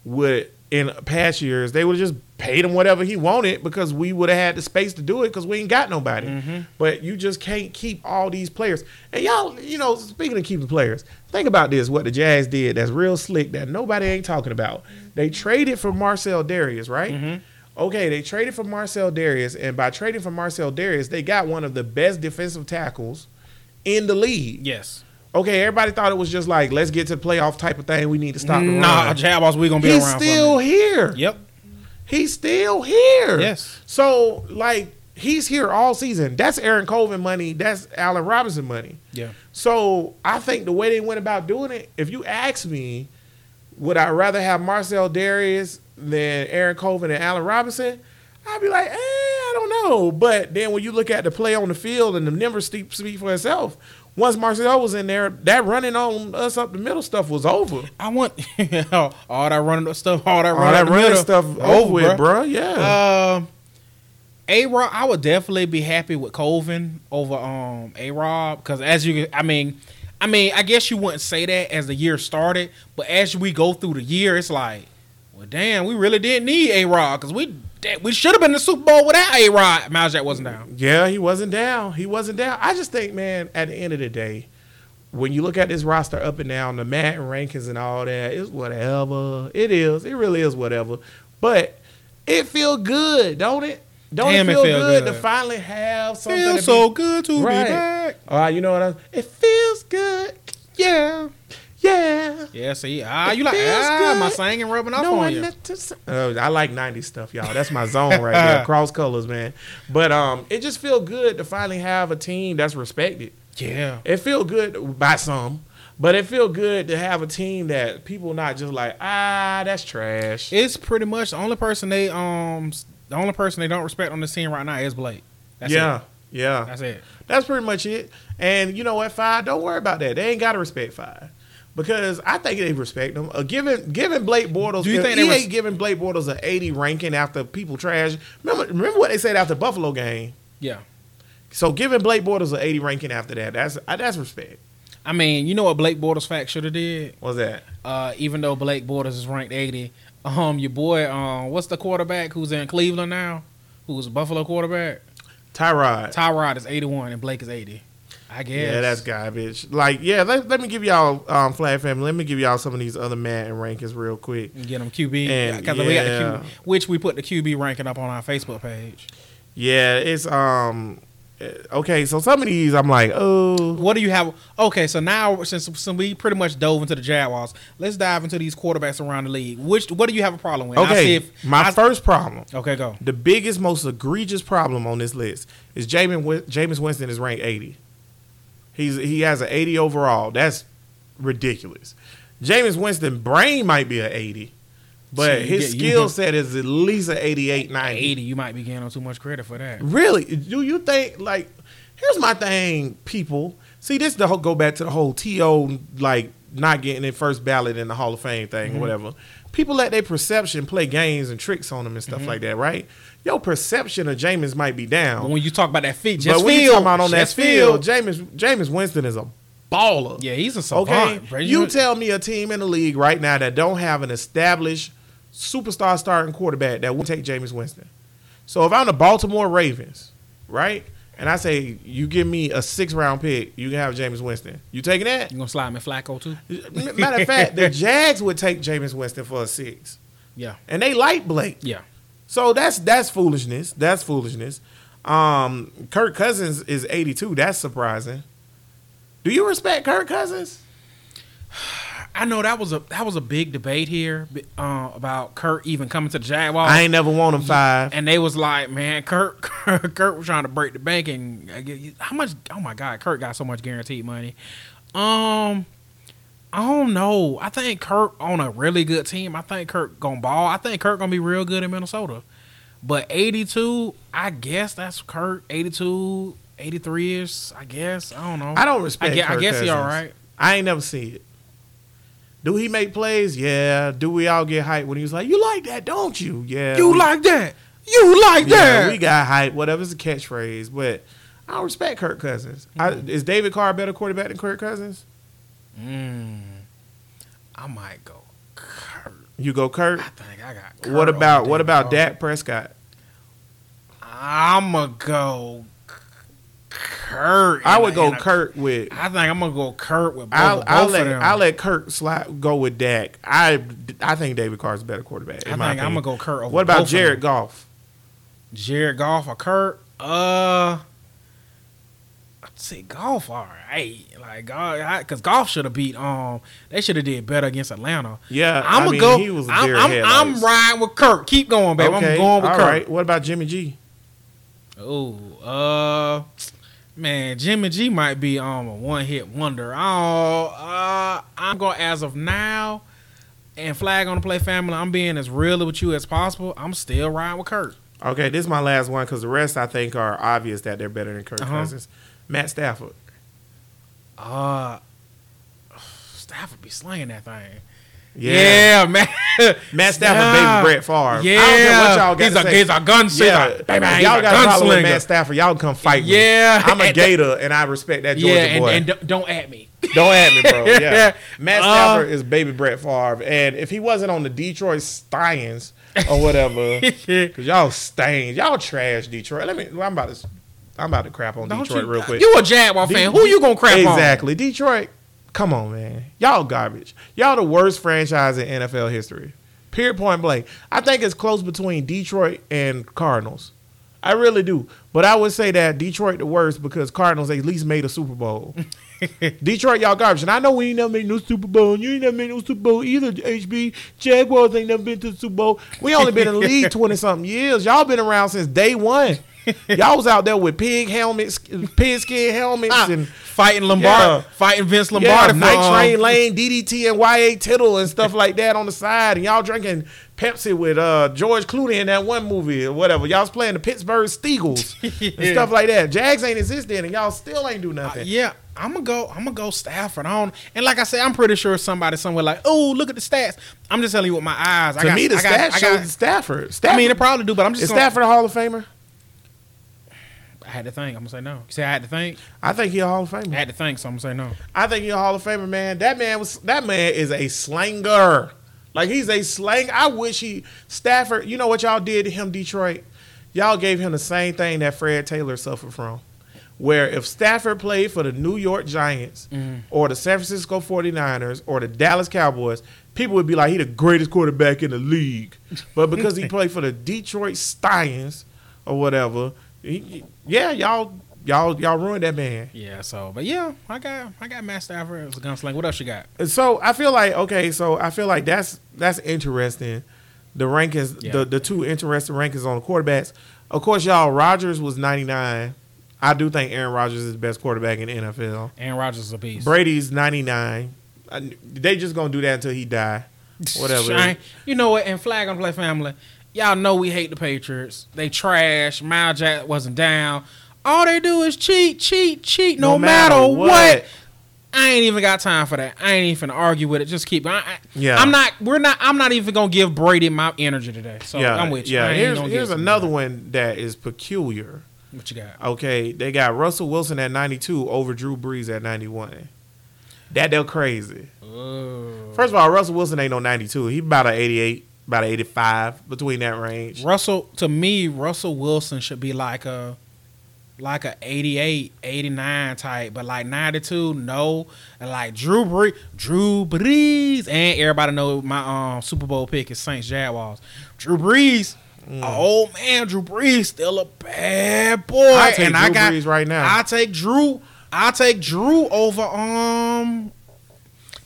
[SPEAKER 1] would, in past years, they would have just paid him whatever he wanted because we would have had the space to do it because we ain't got nobody. But you just can't keep all these players. And y'all, you know, speaking of keeping players, think about this: what the Jags did that's real slick that nobody ain't talking about. They traded for Marcel Darius, right? Okay, they traded for Marcel Darius, and by trading for Marcel Darius, they got one of the best defensive tackles in the league.
[SPEAKER 2] Yes.
[SPEAKER 1] Okay, everybody thought it was just like let's get to the playoff type of thing. We need to stop the
[SPEAKER 2] Nah,
[SPEAKER 1] run.
[SPEAKER 2] Jaguars, we gonna be
[SPEAKER 1] He's
[SPEAKER 2] around.
[SPEAKER 1] still
[SPEAKER 2] for a minute.
[SPEAKER 1] here.
[SPEAKER 2] Yep.
[SPEAKER 1] He's still here.
[SPEAKER 2] Yes.
[SPEAKER 1] So like he's here all season. That's Aaron Colvin money. That's Allen Robinson money.
[SPEAKER 2] Yeah.
[SPEAKER 1] So I think the way they went about doing it, if you ask me, would I rather have Marcel Darius than Aaron Colvin and Allen Robinson? I'd be like, eh, I don't know. But then when you look at the play on the field and the numbers speak, speak for itself, once Marcel was in there, that running on us up the middle stuff was over.
[SPEAKER 2] I want all that running up stuff, all that running,
[SPEAKER 1] All that
[SPEAKER 2] up the
[SPEAKER 1] running
[SPEAKER 2] middle.
[SPEAKER 1] stuff over with, bro. Yeah.
[SPEAKER 2] Um, A Rob, I would definitely be happy with Colvin over um A Rob because as you, I mean, I mean, I guess you wouldn't say that as the year started, but as we go through the year, it's like, well, damn, we really didn't need A Rob because we da- we should have been in the Super Bowl without A Rob. Miles Jack wasn't down.
[SPEAKER 1] Yeah, he wasn't down. He wasn't down. I just think, man, at the end of the day, when you look at this roster up and down, the Matt rankings and all that, it's whatever. It is. It really is whatever. But it feel good, don't it? Don't
[SPEAKER 2] Damn,
[SPEAKER 1] it
[SPEAKER 2] it
[SPEAKER 1] feel
[SPEAKER 2] feel
[SPEAKER 1] good, to
[SPEAKER 2] good.
[SPEAKER 1] finally have something?
[SPEAKER 2] Feels
[SPEAKER 1] to
[SPEAKER 2] so
[SPEAKER 1] be,
[SPEAKER 2] good to
[SPEAKER 1] right.
[SPEAKER 2] be back.
[SPEAKER 1] All right, you know what? I'm, it feels good. Yeah, yeah.
[SPEAKER 2] Yeah, see, ah,
[SPEAKER 1] It
[SPEAKER 2] you like
[SPEAKER 1] feels
[SPEAKER 2] ah, my
[SPEAKER 1] good.
[SPEAKER 2] singing rubbing off
[SPEAKER 1] No
[SPEAKER 2] on
[SPEAKER 1] one
[SPEAKER 2] you.
[SPEAKER 1] left to say. Uh, I like '90s stuff, y'all. That's my zone right there. Cross colors, man. But um, it just feel good to finally have a team that's respected.
[SPEAKER 2] Yeah,
[SPEAKER 1] It feel good by some, but it feel good to have a team that people not just like ah, that's trash.
[SPEAKER 2] It's pretty much the only person they um s- the only person they don't respect on the scene right now is Blake. That's
[SPEAKER 1] yeah,
[SPEAKER 2] it.
[SPEAKER 1] yeah.
[SPEAKER 2] That's it.
[SPEAKER 1] That's pretty much it. And you know what, Five? Don't worry about that. They ain't gotta respect Five. Because I think they respect him. Uh, given given Blake Bortles,
[SPEAKER 2] Do you
[SPEAKER 1] if
[SPEAKER 2] think
[SPEAKER 1] he
[SPEAKER 2] they res-
[SPEAKER 1] ain't giving Blake Bortles an 80 ranking after people trash. Remember, remember what they said after Buffalo game.
[SPEAKER 2] Yeah.
[SPEAKER 1] So giving Blake Bortles an 80 ranking after that, that's uh, that's respect.
[SPEAKER 2] I mean, you know what Blake Borders fact should have did?
[SPEAKER 1] What's that?
[SPEAKER 2] Uh, even though Blake Borders is ranked 80, um, your boy, um, what's the quarterback who's in Cleveland now? Who's a Buffalo quarterback?
[SPEAKER 1] Tyrod.
[SPEAKER 2] Tyrod is 81 and Blake is 80. I guess.
[SPEAKER 1] Yeah, that's garbage. Like, yeah, let, let me give y'all um Flag Family. Let me give y'all some of these other Madden rankings real quick.
[SPEAKER 2] Get them QB
[SPEAKER 1] And,
[SPEAKER 2] because we got the
[SPEAKER 1] yeah.
[SPEAKER 2] QB, which we put the QB ranking up on our Facebook page.
[SPEAKER 1] Yeah, it's um eh, okay, so some of these I'm like, oh
[SPEAKER 2] What do you have? Okay, so now since, since we pretty much dove into the Jaguars, let's dive into these quarterbacks around the league. Which what do you have a problem with? I
[SPEAKER 1] Okay,
[SPEAKER 2] see if
[SPEAKER 1] my
[SPEAKER 2] I-
[SPEAKER 1] first problem,
[SPEAKER 2] Okay, go.
[SPEAKER 1] the biggest, most egregious problem on this list is Jamin Win- Jameis Winston is ranked 80. He's he has an 80 overall. That's ridiculous. Jameis Winston brain might be an 80. But
[SPEAKER 2] So you
[SPEAKER 1] his
[SPEAKER 2] get- you
[SPEAKER 1] skill
[SPEAKER 2] get-
[SPEAKER 1] set is at least an 88, 90.
[SPEAKER 2] 80, you might be getting on too much credit for that.
[SPEAKER 1] Really? Do you think like here's my thing, people. See, this the whole go back to the whole TO like not getting their first ballot in the Hall of Fame thing
[SPEAKER 2] Mm-hmm.
[SPEAKER 1] or whatever. People let their perception play games and tricks on them and stuff
[SPEAKER 2] Mm-hmm.
[SPEAKER 1] like that, right? Your perception of Jameis might be down.
[SPEAKER 2] But when you talk about that field, just
[SPEAKER 1] but when
[SPEAKER 2] field,
[SPEAKER 1] you talking about on that
[SPEAKER 2] just
[SPEAKER 1] field, Jameis Jameis Winston is a baller.
[SPEAKER 2] Yeah, he's a savant.
[SPEAKER 1] Okay,
[SPEAKER 2] bro.
[SPEAKER 1] you tell me a team in the league right now that don't have an established superstar starting quarterback that will take Jameis Winston. So if I'm the Baltimore Ravens, right, and I say you give me a six round pick, you can have Jameis Winston. You taking that?
[SPEAKER 2] you gonna slide me Flacco too?
[SPEAKER 1] Matter of fact, the Jags would take Jameis Winston for a six,
[SPEAKER 2] Yeah,
[SPEAKER 1] and they like Blake.
[SPEAKER 2] yeah.
[SPEAKER 1] So that's that's foolishness. That's foolishness. Um, Kirk Cousins is 82. That's surprising. Do you respect Kirk Cousins?
[SPEAKER 2] I know that was a that was a big debate here uh, about Kurt even coming to the Jaguars.
[SPEAKER 1] I ain't never won him five.
[SPEAKER 2] and they was like, man, Kurt, Kurt, Kurt was trying to break the bank, and I get- how much? Oh my God, Kurt got so much guaranteed money. Um, I don't know. I think Kurt on a really good team. I think Kurt gonna ball. I think Kurt gonna be real good in Minnesota. But 82, I guess that's Kurt. 82, 83 ish. I guess I don't know.
[SPEAKER 1] I don't respect.
[SPEAKER 2] I guess,
[SPEAKER 1] Kirk
[SPEAKER 2] I guess he
[SPEAKER 1] Cousins.
[SPEAKER 2] all right.
[SPEAKER 1] I ain't never seen it. Do he make plays? Yeah. Do we all get hype when he was like, "You like that, don't you?" Yeah.
[SPEAKER 2] You
[SPEAKER 1] we-
[SPEAKER 2] like that? You like
[SPEAKER 1] Yeah,
[SPEAKER 2] that?
[SPEAKER 1] we got hype. Whatever's the catchphrase, but I don't respect Kirk Cousins. I,
[SPEAKER 2] Mm-hmm.
[SPEAKER 1] is David Carr a better quarterback than Kirk Cousins?
[SPEAKER 2] Mm, I might go Kurt.
[SPEAKER 1] You go Kirk.
[SPEAKER 2] I think I got. Kurt
[SPEAKER 1] What about
[SPEAKER 2] Ah, over
[SPEAKER 1] what
[SPEAKER 2] David
[SPEAKER 1] about
[SPEAKER 2] Carr.
[SPEAKER 1] Dak Prescott?
[SPEAKER 2] I'ma go Kurt.
[SPEAKER 1] I would
[SPEAKER 2] And-
[SPEAKER 1] go
[SPEAKER 2] and
[SPEAKER 1] Kurt with.
[SPEAKER 2] I think I'm gonna go Kurt with both,
[SPEAKER 1] I'll,
[SPEAKER 2] both
[SPEAKER 1] I'll
[SPEAKER 2] of
[SPEAKER 1] let
[SPEAKER 2] them.
[SPEAKER 1] I'll let Kirk slide go with Dak. I I think David Carr's a better quarterback. in
[SPEAKER 2] I think
[SPEAKER 1] my
[SPEAKER 2] I'm gonna
[SPEAKER 1] opinion.
[SPEAKER 2] go Kurt over.
[SPEAKER 1] What
[SPEAKER 2] both
[SPEAKER 1] about
[SPEAKER 2] of
[SPEAKER 1] Jared
[SPEAKER 2] them.
[SPEAKER 1] Goff?
[SPEAKER 2] Jared Goff or Kurt? Uh, I'd say Goff. All right, like God, because Goff should have beat. Um, they should have did better against Atlanta.
[SPEAKER 1] Yeah, I
[SPEAKER 2] I'm gonna
[SPEAKER 1] mean,
[SPEAKER 2] go.
[SPEAKER 1] he was a
[SPEAKER 2] I'm,
[SPEAKER 1] deer
[SPEAKER 2] I'm, I'm
[SPEAKER 1] headlights.
[SPEAKER 2] riding with Kurt. Keep going, baby. I'm going with
[SPEAKER 1] all
[SPEAKER 2] Kurt.
[SPEAKER 1] right. What about Jimmy G?
[SPEAKER 2] Oh, uh, man, Jimmy G might be um a one hit wonder. Oh, uh, I'm going to as of now, and flag on the play family. I'm being as real with you as possible. I'm still riding with Kurt.
[SPEAKER 1] Okay, this is my last one because the rest I think are obvious that they're better than Kirk
[SPEAKER 2] Uh-huh.
[SPEAKER 1] Cousins. Matt Stafford.
[SPEAKER 2] Uh, Stafford be slinging that thing. Yeah, man.
[SPEAKER 1] Matt Stafford,
[SPEAKER 2] Yeah.
[SPEAKER 1] baby Brett Favre.
[SPEAKER 2] Yeah,
[SPEAKER 1] I don't care what y'all got
[SPEAKER 2] he's
[SPEAKER 1] to
[SPEAKER 2] a
[SPEAKER 1] say.
[SPEAKER 2] he's a gunslinger.
[SPEAKER 1] Yeah,
[SPEAKER 2] Bang, bang,
[SPEAKER 1] y'all
[SPEAKER 2] he's
[SPEAKER 1] got
[SPEAKER 2] a
[SPEAKER 1] a problem with
[SPEAKER 2] gunslinger.
[SPEAKER 1] Matt Stafford. Y'all come fight me.
[SPEAKER 2] Yeah.
[SPEAKER 1] I'm a
[SPEAKER 2] And-
[SPEAKER 1] Gator and I respect that Georgia
[SPEAKER 2] yeah, and,
[SPEAKER 1] boy.
[SPEAKER 2] and don't, don't at me.
[SPEAKER 1] Don't at me, bro. Yeah. Matt
[SPEAKER 2] Uh,
[SPEAKER 1] Stafford is baby Brett Favre. And if he wasn't on the Detroit Stallions or whatever, because y'all stains, y'all trash Detroit. Let me, I'm about to, I'm about to crap on
[SPEAKER 2] Don't
[SPEAKER 1] Detroit
[SPEAKER 2] you,
[SPEAKER 1] real quick.
[SPEAKER 2] You a Jaguar fan?
[SPEAKER 1] De-
[SPEAKER 2] Who you gonna crap on?
[SPEAKER 1] Exactly. Detroit, come on, man. Y'all garbage. Y'all the worst franchise in NFL history. Period, point blank. I think it's close between Detroit and Cardinals. I really do. But I would say that Detroit the worst because Cardinals at least made a Super Bowl. Detroit, y'all garbage. And I know we ain't never made no Super Bowl. And you ain't never made no Super Bowl either, HB. Jaguars ain't never been to the Super Bowl. We only been in the league 20 something years. Y'all been around since day one. Y'all was out there with pig helmets, pig skin helmets,
[SPEAKER 2] Ah,
[SPEAKER 1] and
[SPEAKER 2] fighting Lombardi,
[SPEAKER 1] Yeah.
[SPEAKER 2] fighting Vince
[SPEAKER 1] yeah,
[SPEAKER 2] Lombardi, for,
[SPEAKER 1] Night
[SPEAKER 2] um,
[SPEAKER 1] Train Lane, DDT, and YA Tittle and stuff like that on the side, and y'all drinking Pepsi with uh, George Clooney in that one movie or whatever. Y'all was playing the Pittsburgh Steagles and
[SPEAKER 2] Yeah. Uh,
[SPEAKER 1] stuff like that. Jags ain't exist then, and y'all still ain't do nothing.
[SPEAKER 2] Yeah, I'm gonna go. I'm gonna go Stafford. I don't, and like I said, I'm pretty sure somebody somewhere like, oh, look at the stats. I'm just telling you with my eyes. I
[SPEAKER 1] To
[SPEAKER 2] got,
[SPEAKER 1] me, the
[SPEAKER 2] I got,
[SPEAKER 1] stat
[SPEAKER 2] I,
[SPEAKER 1] shows
[SPEAKER 2] got,
[SPEAKER 1] Stafford. Stafford.
[SPEAKER 2] I mean, it probably do, but I'm just.
[SPEAKER 1] is
[SPEAKER 2] Gonna,
[SPEAKER 1] Stafford a Hall of Famer?
[SPEAKER 2] I had to think. I'm gonna say no. You say I had to think.
[SPEAKER 1] I think he a Hall of
[SPEAKER 2] I
[SPEAKER 1] Famer.
[SPEAKER 2] had to think, so I'm gonna say no.
[SPEAKER 1] I think he a Hall of Famer, man. That man was that man is a slanger. Like he's a slang. I wish he Stafford. You know what y'all did to him, Detroit? Y'all gave him the same thing that Fred Taylor suffered from. Where if Stafford played for the New York Giants or the San Francisco 49ers or the Dallas Cowboys, people would be like, he the greatest quarterback in the league. But because he played for the Detroit Stallions or whatever, he, yeah, y'all y'all y'all ruined that man.
[SPEAKER 2] Yeah. So, but yeah, I got, I got Matt Stafford as a gunslinger. What else you got?
[SPEAKER 1] so I feel like okay, so I feel like that's that's interesting. The rankings,
[SPEAKER 2] Yeah.
[SPEAKER 1] the the two interesting rankings on the quarterbacks. Of course, y'all Rodgers was ninety nine. I do think Aaron Rodgers is the best quarterback in the NFL.
[SPEAKER 2] Aaron Rodgers is a beast.
[SPEAKER 1] Brady's ninety nine. They just gonna do that until he die. Whatever.
[SPEAKER 2] I ain't- you know what? And flag on play family. Y'all know we hate the Patriots. They trash. Miles Jack wasn't down. All they do is cheat, cheat, cheat. No, matter, what. I ain't even got time for that. I ain't even finna argue with it. Just keep. I, I,
[SPEAKER 1] Yeah.
[SPEAKER 2] I'm not. We're not. I'm not even gonna give Brady my energy today. So
[SPEAKER 1] yeah,
[SPEAKER 2] Oh, I'm with you. I
[SPEAKER 1] yeah.
[SPEAKER 2] ain't
[SPEAKER 1] Here's,
[SPEAKER 2] gonna give
[SPEAKER 1] here's
[SPEAKER 2] it to him.
[SPEAKER 1] another one that is peculiar.
[SPEAKER 2] What you got?
[SPEAKER 1] Okay, they got Russell Wilson at 92 over Drew Brees at 91. That they're crazy. First of all, Russell Wilson ain't no 92. He about an 88, about an 85 between that range.
[SPEAKER 2] Russell to me, Russell Wilson should be like a like a 88, 89 type, but like 92, no. And like Drew Brees, Drew Brees, and everybody know my um Super Bowl pick is Saints Jaguars. Drew Brees,
[SPEAKER 1] Mm.
[SPEAKER 2] oh man, Drew Brees still a bad boy.
[SPEAKER 1] I take
[SPEAKER 2] and
[SPEAKER 1] Drew
[SPEAKER 2] I got
[SPEAKER 1] Brees right now.
[SPEAKER 2] I take Drew. I take Drew over um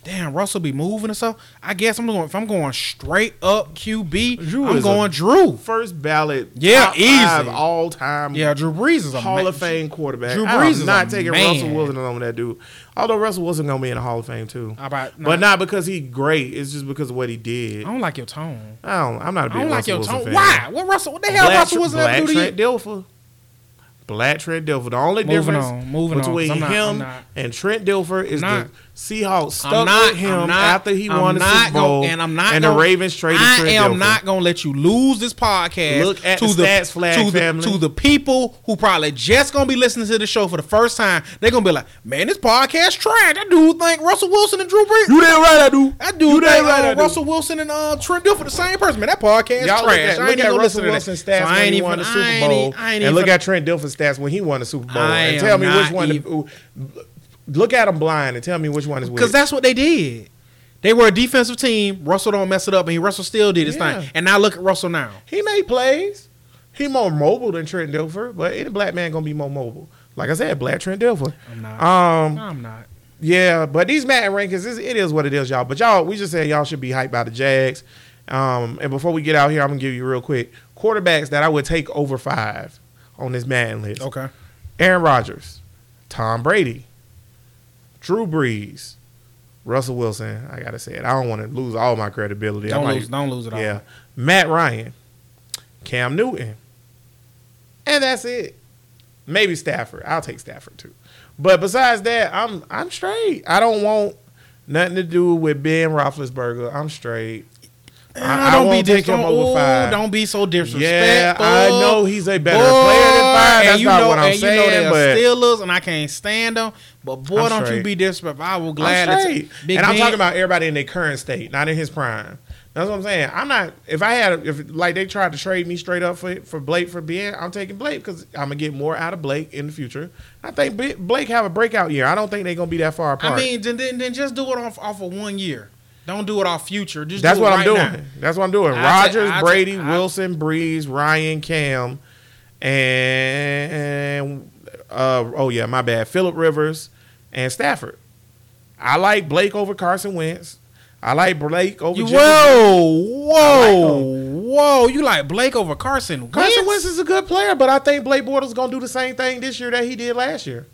[SPEAKER 2] Damn, Russell be moving and stuff. I guess I'm going if I'm going straight up QB,
[SPEAKER 1] Drew
[SPEAKER 2] I'm
[SPEAKER 1] is a-
[SPEAKER 2] going Drew.
[SPEAKER 1] First ballot,
[SPEAKER 2] Yeah,
[SPEAKER 1] top five
[SPEAKER 2] easy.
[SPEAKER 1] all time
[SPEAKER 2] Yeah, Drew Brees is a
[SPEAKER 1] Hall
[SPEAKER 2] ma-
[SPEAKER 1] of Fame quarterback.
[SPEAKER 2] Drew
[SPEAKER 1] I'm
[SPEAKER 2] Brees is
[SPEAKER 1] not
[SPEAKER 2] a
[SPEAKER 1] taking
[SPEAKER 2] man.
[SPEAKER 1] Russell Wilson along with that dude. Although Russell Wilson gonna be in the Hall of Fame too.
[SPEAKER 2] How about-
[SPEAKER 1] but not because he great. It's just because of what he did.
[SPEAKER 2] I don't like your tone.
[SPEAKER 1] I don't. I'm not a
[SPEAKER 2] I
[SPEAKER 1] big
[SPEAKER 2] don't like
[SPEAKER 1] Russell
[SPEAKER 2] your
[SPEAKER 1] Wilson
[SPEAKER 2] tone.
[SPEAKER 1] fan.
[SPEAKER 2] Why? What Russell? What the hell
[SPEAKER 1] Black,
[SPEAKER 2] Russell Wilson ever
[SPEAKER 1] Black
[SPEAKER 2] do to you?
[SPEAKER 1] Trent Dilfer. Black Trent Dilfer. The only
[SPEAKER 2] Moving
[SPEAKER 1] difference
[SPEAKER 2] on, moving on, 'cause
[SPEAKER 1] between
[SPEAKER 2] I'm not- I'm
[SPEAKER 1] him
[SPEAKER 2] not-
[SPEAKER 1] and Trent Dilfer is
[SPEAKER 2] not-
[SPEAKER 1] the Seahawks stuck
[SPEAKER 2] I'm not
[SPEAKER 1] with him
[SPEAKER 2] I'm not,
[SPEAKER 1] after he
[SPEAKER 2] I'm
[SPEAKER 1] won the
[SPEAKER 2] not
[SPEAKER 1] Super Bowl,
[SPEAKER 2] gonna, and I'm not
[SPEAKER 1] and
[SPEAKER 2] gonna,
[SPEAKER 1] the Ravens traded
[SPEAKER 2] I
[SPEAKER 1] Trent
[SPEAKER 2] am
[SPEAKER 1] Dilfer.
[SPEAKER 2] not gonna let you lose this podcast.
[SPEAKER 1] Look at the stats, Flag
[SPEAKER 2] to the,
[SPEAKER 1] family.
[SPEAKER 2] to the people who probably just gonna be listening to the show for the first time. They're gonna be like, "Man, this podcast trash." That dude think Russell Wilson and Drew Brees.
[SPEAKER 1] You damn right I do.
[SPEAKER 2] that dude
[SPEAKER 1] You damn
[SPEAKER 2] think
[SPEAKER 1] right I
[SPEAKER 2] uh,
[SPEAKER 1] do.
[SPEAKER 2] Russell Wilson and uh, Trent Dilfer the same person. Man, that podcast
[SPEAKER 1] Y'all
[SPEAKER 2] trash.
[SPEAKER 1] look at, look
[SPEAKER 2] I ain't
[SPEAKER 1] at
[SPEAKER 2] even gonna
[SPEAKER 1] Russell
[SPEAKER 2] listen to that.
[SPEAKER 1] Wilson's
[SPEAKER 2] So
[SPEAKER 1] stats
[SPEAKER 2] I
[SPEAKER 1] when
[SPEAKER 2] ain't
[SPEAKER 1] he
[SPEAKER 2] even-
[SPEAKER 1] won the
[SPEAKER 2] I
[SPEAKER 1] Super
[SPEAKER 2] ain't
[SPEAKER 1] Bowl,
[SPEAKER 2] even- I
[SPEAKER 1] and
[SPEAKER 2] ain't even
[SPEAKER 1] look
[SPEAKER 2] finna-
[SPEAKER 1] at Trent Dilfer's stats when he won the Super Bowl,
[SPEAKER 2] I
[SPEAKER 1] and
[SPEAKER 2] am
[SPEAKER 1] tell me which
[SPEAKER 2] not
[SPEAKER 1] one.
[SPEAKER 2] even-
[SPEAKER 1] to- Look at them blind and tell me which one is which.
[SPEAKER 2] Because that's what they did. They were a defensive team. Russell don't mess it up, and he Russell still did his
[SPEAKER 1] Yeah.
[SPEAKER 2] thing. And now look at Russell now.
[SPEAKER 1] He made plays. He more mobile than Trent Dilfer, but any black man gonna be more mobile. Like I said, black Trent Dilfer.
[SPEAKER 2] I'm not.
[SPEAKER 1] Um,
[SPEAKER 2] I'm not.
[SPEAKER 1] yeah, but these Madden rankings, it's- it is what it is, y'all. But y'all, we just said y'all should be hyped by the Jags. Um, and before we get out here, I'm gonna give you real quick quarterbacks that I would take over five on this Madden list.
[SPEAKER 2] Okay.
[SPEAKER 1] Aaron Rodgers, Tom Brady, Drew Brees, Russell Wilson. I gotta say it. I don't want to lose all my credibility. I
[SPEAKER 2] Don't
[SPEAKER 1] might-
[SPEAKER 2] lose. Don't lose it all.
[SPEAKER 1] yeah. Matt Ryan, Cam Newton. And that's it. Maybe Stafford. I'll take Stafford too. But besides that, I'm I'm straight. I don't want nothing to do with Ben Roethlisberger. I'm straight.
[SPEAKER 2] Ah, don't be
[SPEAKER 1] won't take him
[SPEAKER 2] disrespectful.
[SPEAKER 1] over five.
[SPEAKER 2] Don't be so
[SPEAKER 1] Yeah,
[SPEAKER 2] disrespectful.
[SPEAKER 1] I know he's a better player than five.
[SPEAKER 2] and
[SPEAKER 1] That's
[SPEAKER 2] you
[SPEAKER 1] not
[SPEAKER 2] know,
[SPEAKER 1] what I'm
[SPEAKER 2] and you know
[SPEAKER 1] saying,
[SPEAKER 2] they're
[SPEAKER 1] but
[SPEAKER 2] Steelers, and I can't stand them. But boy,
[SPEAKER 1] I'm
[SPEAKER 2] don't you
[SPEAKER 1] straight.
[SPEAKER 2] be disrespectful. I will
[SPEAKER 1] I'm
[SPEAKER 2] gladly.
[SPEAKER 1] straight. and I'm talking about everybody in their current state, not in his prime. That's what I'm saying. I'm not. If I had, if like they tried to trade me straight up for for Blake for being, I'm taking Blake because I'm gonna get more out of Blake in the future. I think B- Blake have a breakout year. I don't think they're gonna be that far apart.
[SPEAKER 2] I mean, then, then, then just do it off off of one year. Don't do it off future. Just
[SPEAKER 1] that's
[SPEAKER 2] do it
[SPEAKER 1] what I'm
[SPEAKER 2] right
[SPEAKER 1] doing.
[SPEAKER 2] Now.
[SPEAKER 1] That's what I'm doing.
[SPEAKER 2] I ta-
[SPEAKER 1] Rogers,
[SPEAKER 2] I ta-
[SPEAKER 1] Brady,
[SPEAKER 2] I-
[SPEAKER 1] Wilson, Breeze, Ryan, Cam, and uh, oh yeah, my bad. Philip Rivers and Stafford. I like Blake over Carson Wentz. I like Blake over.
[SPEAKER 2] You,
[SPEAKER 1] Jimmy G.
[SPEAKER 2] whoa, whoa,
[SPEAKER 1] I like
[SPEAKER 2] whoa! You like Blake over Carson?
[SPEAKER 1] Carson Wentz
[SPEAKER 2] Wentz?
[SPEAKER 1] is a good player, but I think Blake Bortles gonna do the same thing this year that he did last year.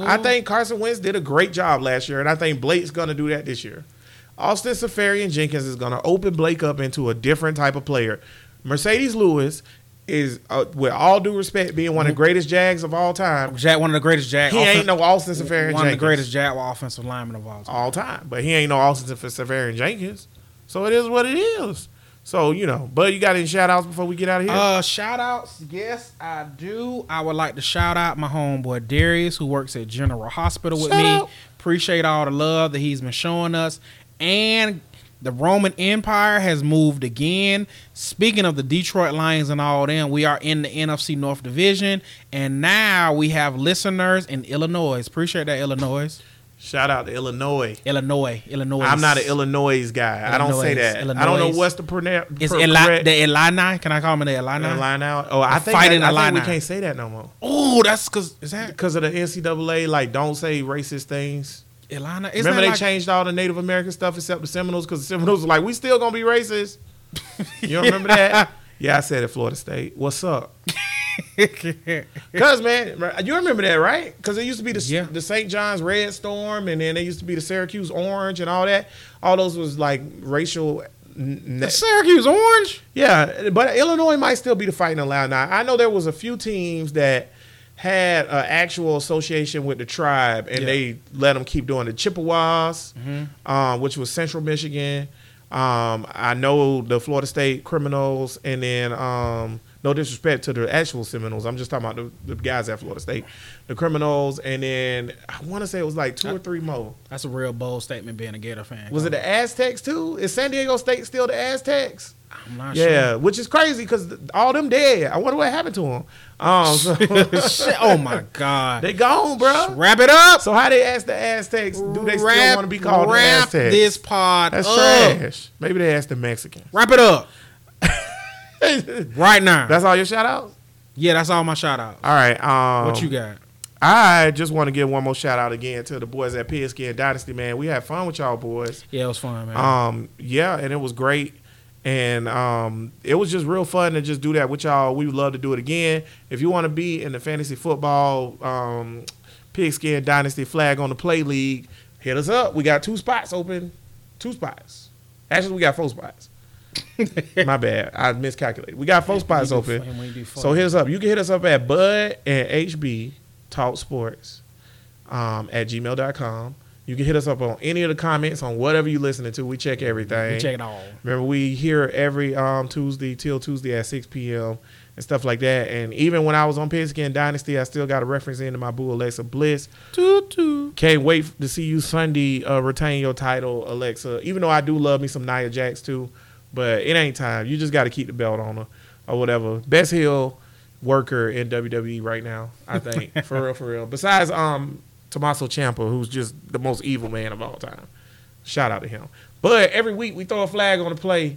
[SPEAKER 1] I
[SPEAKER 2] Ooh.
[SPEAKER 1] think Carson Wentz did a great job last year, and I think Blake's gonna do that this year. Austin Safarian Jenkins is gonna open Blake up into a different type of player. Mercedes Lewis is, uh, with all due respect, being one of the greatest Jags of all time.
[SPEAKER 2] Jack, one of the greatest Jack.
[SPEAKER 1] He ain't no Austin Safarian
[SPEAKER 2] one of the
[SPEAKER 1] Jenkins.
[SPEAKER 2] greatest Jack offensive linemen of all time.
[SPEAKER 1] all time, but he ain't no Austin Safarian Jenkins. So it is what it is. So you know, but you got any shout outs before we get out of here?
[SPEAKER 2] Uh, shout outs. Yes, I do. I would like to shout out my homeboy Darius, who works at General Hospital with
[SPEAKER 1] Shout
[SPEAKER 2] me.
[SPEAKER 1] out.
[SPEAKER 2] Appreciate all the love that he's been showing us. And the Roman Empire has moved again. Speaking of the Detroit Lions and all them, we are in the NFC North Division, and now we have listeners in Illinois. Appreciate that, Illinois.
[SPEAKER 1] shout out to Illinois.
[SPEAKER 2] Illinois, Illinois.
[SPEAKER 1] I'm not an Illinois guy. I don't say
[SPEAKER 2] Illinois.
[SPEAKER 1] that. I don't know
[SPEAKER 2] Illinois.
[SPEAKER 1] what's the pronoun.
[SPEAKER 2] It's
[SPEAKER 1] pro-
[SPEAKER 2] Eli,
[SPEAKER 1] correct
[SPEAKER 2] the Illini. Can I call him the Illini?
[SPEAKER 1] line out. Oh, I think,
[SPEAKER 2] fighting
[SPEAKER 1] that, I think we
[SPEAKER 2] Illini.
[SPEAKER 1] can't say that no more
[SPEAKER 2] Oh, that's because is that
[SPEAKER 1] because of the NCAA. Like, don't say racist things.
[SPEAKER 2] Illini? Isn't
[SPEAKER 1] Remember
[SPEAKER 2] that
[SPEAKER 1] they
[SPEAKER 2] like-
[SPEAKER 1] changed all the Native American stuff except the Seminoles because the Seminoles were like, we still gonna be racist. You don't remember that? Yeah, I said it. Florida State. What's up? Cause man, you remember that, right? Cause it used to be the
[SPEAKER 2] Yeah.
[SPEAKER 1] the St. John's Red Storm, and then they used to be the Syracuse Orange and all that. All those was like racial ne-
[SPEAKER 2] The Syracuse Orange.
[SPEAKER 1] yeah, but Illinois might still be the fighting allowed now. I know there was a few teams that had an actual association with the tribe, and
[SPEAKER 2] Yeah.
[SPEAKER 1] they let them keep doing the Chippewas, um, which was Central Michigan. Um, I know the Florida State Criminals, and then um, no disrespect to the actual Seminoles, I'm just talking about the, the guys at Florida State, the Criminals, and then I want to say it was like two or three more.
[SPEAKER 2] That's a real bold statement being a Gator fan.
[SPEAKER 1] Was it the Aztecs too? Is San Diego State still the Aztecs?
[SPEAKER 2] I'm not
[SPEAKER 1] Yeah, which is crazy because all them dead. I wonder what happened to them. Um, so
[SPEAKER 2] sure. Shit. Oh my God.
[SPEAKER 1] they gone, bro.
[SPEAKER 2] Wrap it up.
[SPEAKER 1] So how they ask the Aztecs? Do they still want to be called the
[SPEAKER 2] wrap
[SPEAKER 1] Aztecs?
[SPEAKER 2] this pod
[SPEAKER 1] That's
[SPEAKER 2] up.
[SPEAKER 1] trash. Maybe they asked the Mexican.
[SPEAKER 2] Wrap it up
[SPEAKER 1] That's
[SPEAKER 2] right now.
[SPEAKER 1] all your shout outs.
[SPEAKER 2] yeah, that's all my shout out.
[SPEAKER 1] All right. Um,
[SPEAKER 2] What you got?
[SPEAKER 1] I just want to give one more shout out again to the boys at PSG and Dynasty. Man, we had fun with y'all boys.
[SPEAKER 2] Yeah, it was fun, man.
[SPEAKER 1] Um, yeah, and it was great. And um, it was just real fun to just do that with y'all. We would love to do it again. If you want to be in the fantasy football um, pigskin dynasty flag on the play league, hit us up. We got two spots open. Two spots. Actually, we got four spots. My bad. I miscalculated. We got four spots
[SPEAKER 2] do
[SPEAKER 1] open.
[SPEAKER 2] for him, we do for
[SPEAKER 1] so
[SPEAKER 2] him.
[SPEAKER 1] hit us up. You can hit us up at Bud and HB Talk Sports um, at gmail.com. You can hit us up on any of the comments on whatever you're listening to. We check everything.
[SPEAKER 2] We check it all.
[SPEAKER 1] Remember, we here every um, Tuesday till Tuesday at 6 p.m. and stuff like that. And even when I was on Pigskin Dynasty, I still got a reference into my boo Alexa Bliss.
[SPEAKER 2] Toot toot.
[SPEAKER 1] Can't wait to see you Sunday uh, retain your title, Alexa. Even though I do love me some Nia Jax too, but it ain't time. You just got to keep the belt on her or whatever. Best heel worker in WWE right now, I think, for real, for real. Besides um Tommaso Ciampa, who's just the most evil man of all time. Shout out to him. But every week we throw a flag on the play.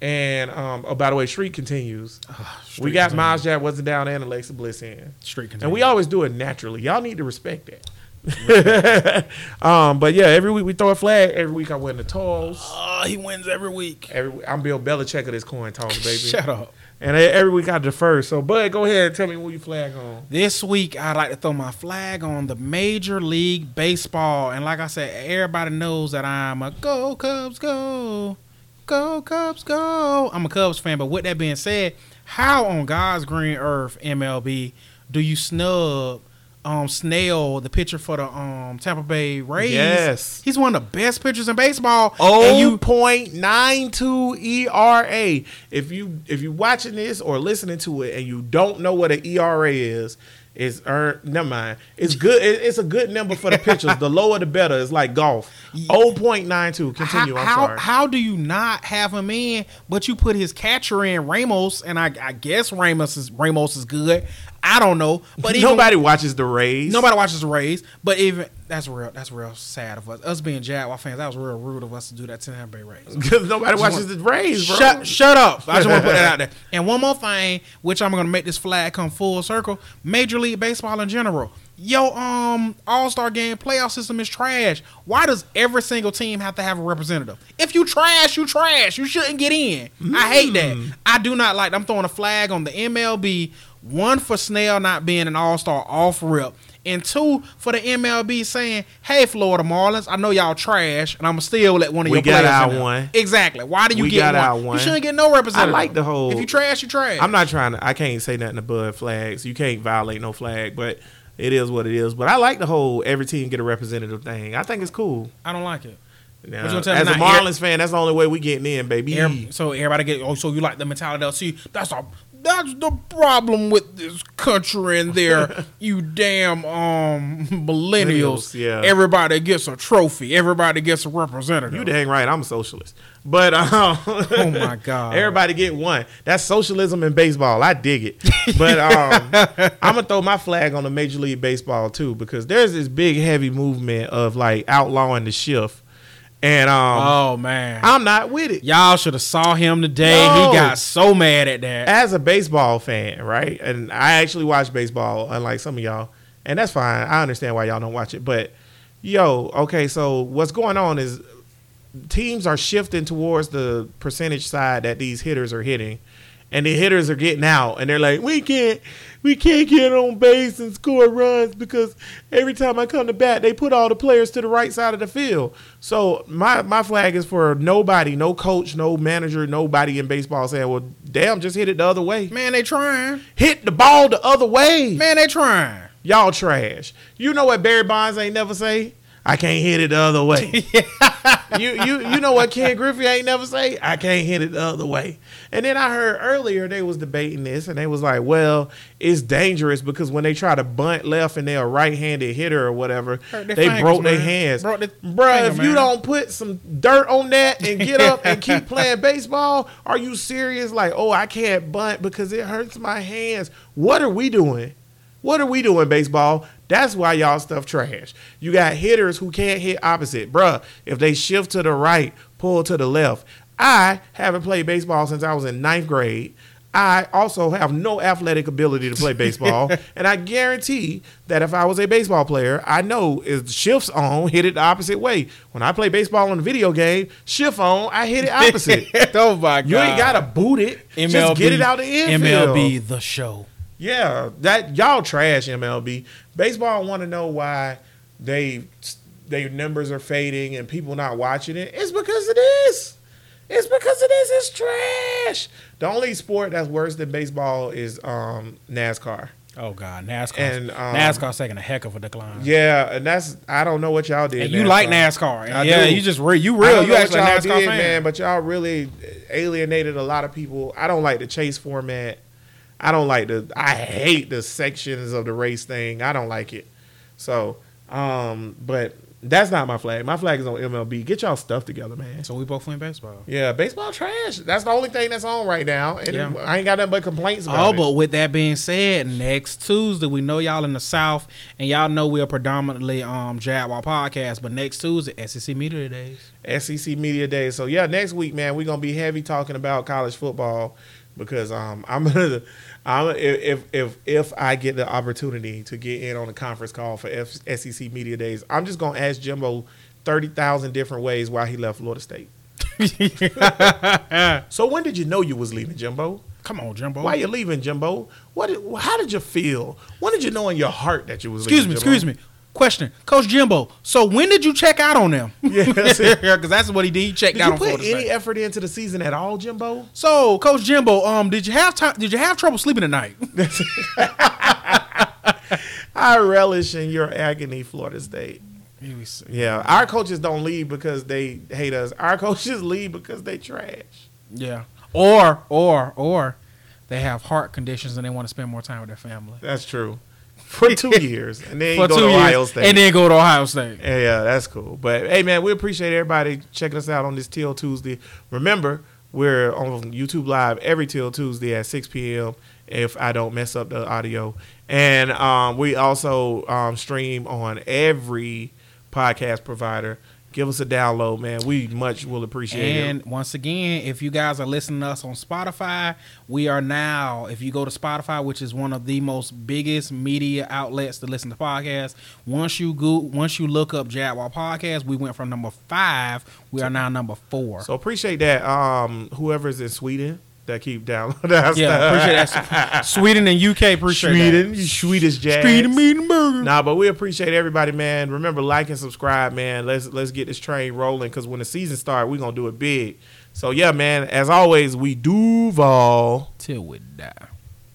[SPEAKER 1] And um, oh, by the way, Shriek continues.
[SPEAKER 2] Ah,
[SPEAKER 1] we got Miles Jack wasn't down and Alexa Bliss in.
[SPEAKER 2] Street
[SPEAKER 1] And we always do it naturally. Y'all need to respect that. um, but yeah, every week we throw a flag. Every week I win the toss.
[SPEAKER 2] Oh, he wins every week.
[SPEAKER 1] Every I'm Bill Belichick of this coin toss, Oh, baby.
[SPEAKER 2] Shut up.
[SPEAKER 1] and e- every week I defer. So, Bud, go ahead and tell me who you flag on.
[SPEAKER 2] This week, I'd like to throw my flag on the Major League Baseball. And like I said, everybody knows that I'm a go Cubs go. Go Cubs go. I'm a Cubs fan. But with that being said, how on God's green earth, MLB, do you snub um, Snell, the pitcher for the um, Tampa Bay Rays?
[SPEAKER 1] Yes. Oh,
[SPEAKER 2] He's one of the best pitchers in baseball. and you
[SPEAKER 1] 0.92 ERA. E If you if you watching this or listening to it and you don't know what an ERA is, it's earned. Never mind. It's good. it- It's a good number for the pitchers. the lower the better. It's like golf. 0.92. Continue.
[SPEAKER 2] how,
[SPEAKER 1] I'm
[SPEAKER 2] how,
[SPEAKER 1] sorry.
[SPEAKER 2] how do you not have him in, but you put his catcher in Ramos, and I, I guess Ramos is Ramos is good. I don't know, but even,
[SPEAKER 1] nobody watches the Rays.
[SPEAKER 2] nobody watches the Rays. But even that's real. That's real sad of us. Us being Jaguar fans, that was real rude of us to do that to Tampa Bay Rays.
[SPEAKER 1] 'Cause nobody watches the Rays, bro.
[SPEAKER 2] Shut, shut up. I just want to put that out there. And one more thing, which I'm going to make this flag come full circle Major League Baseball in general. Yo, um, All Star Game playoff system is trash. Why does every single team have to have a representative? If you trash, you trash. You shouldn't get in. I
[SPEAKER 1] Mm.
[SPEAKER 2] hate that. I do not like. I'm throwing a flag on the MLB. One for Snell not being an All Star off rip, and two for the MLB saying, "Hey, Florida Marlins, I know y'all trash, and I'ma still let one of
[SPEAKER 1] We
[SPEAKER 2] your
[SPEAKER 1] got
[SPEAKER 2] players
[SPEAKER 1] our
[SPEAKER 2] in there."
[SPEAKER 1] one.
[SPEAKER 2] Exactly. Why do you
[SPEAKER 1] We
[SPEAKER 2] get
[SPEAKER 1] got
[SPEAKER 2] one?
[SPEAKER 1] our
[SPEAKER 2] You
[SPEAKER 1] one.
[SPEAKER 2] shouldn't get no representative.
[SPEAKER 1] I like the whole-
[SPEAKER 2] If you trash, you trash.
[SPEAKER 1] I'm not trying to. I can't say nothing above flags. You can't violate no flag, but it is what it is. But I like the whole every team get a representative thing. I think it's cool.
[SPEAKER 2] I don't like it.
[SPEAKER 1] Now,
[SPEAKER 2] What you gonna
[SPEAKER 1] as
[SPEAKER 2] tell me
[SPEAKER 1] a
[SPEAKER 2] not air-
[SPEAKER 1] Marlins fan, that's the only way we getting in, baby.
[SPEAKER 2] Every- so everybody get. Oh, so you like the mentality of see? That's a. That's the problem with this country and their you damn um millennials.
[SPEAKER 1] Millennials, yeah.
[SPEAKER 2] Everybody gets a trophy. Everybody gets a representative.
[SPEAKER 1] You dang right. I'm a socialist, but um,
[SPEAKER 2] Oh my God.
[SPEAKER 1] Uh, everybody get one. That's socialism in baseball. I dig it. But um, I'm gonna throw my flag on the Major League Baseball too because there's this big heavy movement of like outlawing the shift, and um,
[SPEAKER 2] Oh man.
[SPEAKER 1] I'm not with it.
[SPEAKER 2] Y'all should have saw him today.
[SPEAKER 1] No.
[SPEAKER 2] He got so mad at that.
[SPEAKER 1] as a baseball fan, right? And I actually watch baseball, unlike some of y'all, and that's fine. I understand why y'all don't watch it, but yo, okay. So what's going on is teams are shifting towards the percentage side that these hitters are hitting, and the hitters are getting out, and they're like, "We can't, we can't get on base and score runs because every time I come to bat, they put all the players to the right side of the field." So my my flag is for nobody, no coach, no manager, nobody in baseball saying, "Well, damn, just hit it the other way.
[SPEAKER 2] Man, they trying.
[SPEAKER 1] Hit the ball the other way."
[SPEAKER 2] Man, they trying.
[SPEAKER 1] Y'all trash. You know what Barry Bonds ain't never say? I can't hit it the other way. you you you know what Ken Griffey ain't never say? I can't hit it the other way. And then I heard earlier they was debating this and they was like, well, it's dangerous because when they try to bunt left and they're a right-handed hitter or whatever,
[SPEAKER 2] Hurt
[SPEAKER 1] they
[SPEAKER 2] their fingers,
[SPEAKER 1] broke their
[SPEAKER 2] man.
[SPEAKER 1] hands.
[SPEAKER 2] Broke their
[SPEAKER 1] Bruh, if
[SPEAKER 2] finger,
[SPEAKER 1] you
[SPEAKER 2] man.
[SPEAKER 1] don't put some dirt on that and get up and keep playing baseball, are you serious? Like, oh, I can't bunt because it hurts my hands. What are we doing? What are we doing, baseball? That's why y'all stuff trash. You got hitters who can't hit opposite. Bruh, if they shift to the right, pull to the left. I haven't played baseball since I was in ninth grade. I also have no athletic ability to play baseball. and I guarantee that if I was a baseball player, I know is shifts on, hit it the opposite way. When I play baseball on a video game, shift on, I hit it opposite.
[SPEAKER 2] oh my god.
[SPEAKER 1] you ain't gotta boot it. Just get it out of the infield.
[SPEAKER 2] MLB the show.
[SPEAKER 1] Yeah, that y'all trash MLB. Baseball want to know why they they numbers are fading and people not watching it. It's because of this. It's because of this. It's trash. The only sport that's worse than baseball is um, NASCAR.
[SPEAKER 2] Oh god, NASCAR.
[SPEAKER 1] And, um,
[SPEAKER 2] NASCAR's taking a heck of a decline.
[SPEAKER 1] Yeah, and that's I don't know what y'all did.
[SPEAKER 2] and you like NASCAR. And
[SPEAKER 1] I
[SPEAKER 2] yeah,
[SPEAKER 1] do.
[SPEAKER 2] you just re- you
[SPEAKER 1] I
[SPEAKER 2] real.
[SPEAKER 1] don't
[SPEAKER 2] You
[SPEAKER 1] know what
[SPEAKER 2] actually a
[SPEAKER 1] y'all
[SPEAKER 2] NASCAR
[SPEAKER 1] did,
[SPEAKER 2] fan.
[SPEAKER 1] man, but y'all really alienated a lot of people. I don't like the chase format. I don't like the. I hate the sections of the race thing. I don't like it. So, um, but that's not my flag. My flag is on MLB. Get y'all stuff together, man.
[SPEAKER 2] So we both win baseball.
[SPEAKER 1] Yeah, baseball trash. That's the only thing that's on right now, and
[SPEAKER 2] Yeah.
[SPEAKER 1] I ain't got nothing but complaints
[SPEAKER 2] Oh,
[SPEAKER 1] about it.
[SPEAKER 2] but with that being said, next Tuesday we know y'all in the South, and y'all know we're predominantly um Jaguar podcast. But next Tuesday, SEC Media Days.
[SPEAKER 1] SEC E Media Day. So yeah, next week, man, we're gonna be heavy talking about college football because um, I'm gonna, I'm if if if I get the opportunity to get in on a conference call for F- SEC Media Days, I'm just gonna ask Jimbo thirty thousand different ways why he left Florida State. so when did you know you was leaving, Jimbo?
[SPEAKER 2] Come on, Jimbo.
[SPEAKER 1] Why you leaving, Jimbo? What? Did, how did you feel? When did you know in your heart that you was?
[SPEAKER 2] excuse me,
[SPEAKER 1] leaving,
[SPEAKER 2] excuse me. Question, Coach Jimbo. So when did you check out on them?
[SPEAKER 1] Yeah, that's it.
[SPEAKER 2] because that's what he did. He checked
[SPEAKER 1] Did
[SPEAKER 2] out
[SPEAKER 1] you
[SPEAKER 2] on
[SPEAKER 1] put
[SPEAKER 2] Florida State.
[SPEAKER 1] any effort into the season at all, Jimbo?
[SPEAKER 2] So, Coach Jimbo, um, did you have time? Did you have trouble sleeping tonight?
[SPEAKER 1] I relish in your agony, Florida State.
[SPEAKER 2] yeah,
[SPEAKER 1] Yeah, our coaches don't leave because they hate us. Our coaches leave because they trash.
[SPEAKER 2] or or or they have heart conditions and they want to spend more time with their family
[SPEAKER 1] That's true. For two years, and then you
[SPEAKER 2] for
[SPEAKER 1] go
[SPEAKER 2] two
[SPEAKER 1] to Ohio
[SPEAKER 2] years,
[SPEAKER 1] State.
[SPEAKER 2] and then go to Ohio State.
[SPEAKER 1] yeah, yeah, that's cool. But hey, man, we appreciate everybody checking us out on this Till Tuesday. Remember, we're on YouTube Live every Till Tuesday at 6 p.m. If I don't mess up the audio, and um, we also um, stream on every podcast provider. Give us a download, man. We much will appreciate it.
[SPEAKER 2] And once again, if you guys are listening to us on Spotify, we are now, if you go to Spotify, which is one of the most biggest media outlets to listen to podcasts, once you go once you look up Jaguar Podcast, we went from number five, we are now number four.
[SPEAKER 1] So appreciate that. Um, whoever's in Sweden that keep down. That's
[SPEAKER 2] yeah, appreciate that. Sweden and UK appreciate
[SPEAKER 1] Sweden, you Swedish
[SPEAKER 2] that.
[SPEAKER 1] jazz.
[SPEAKER 2] Sweden meat and burger.
[SPEAKER 1] Nah, but we appreciate everybody, man. Remember, like and subscribe, man. Let's let's get this train rolling because when the season starts, we're gonna do it big. So yeah, man. As always, we Duval.
[SPEAKER 2] Till we die.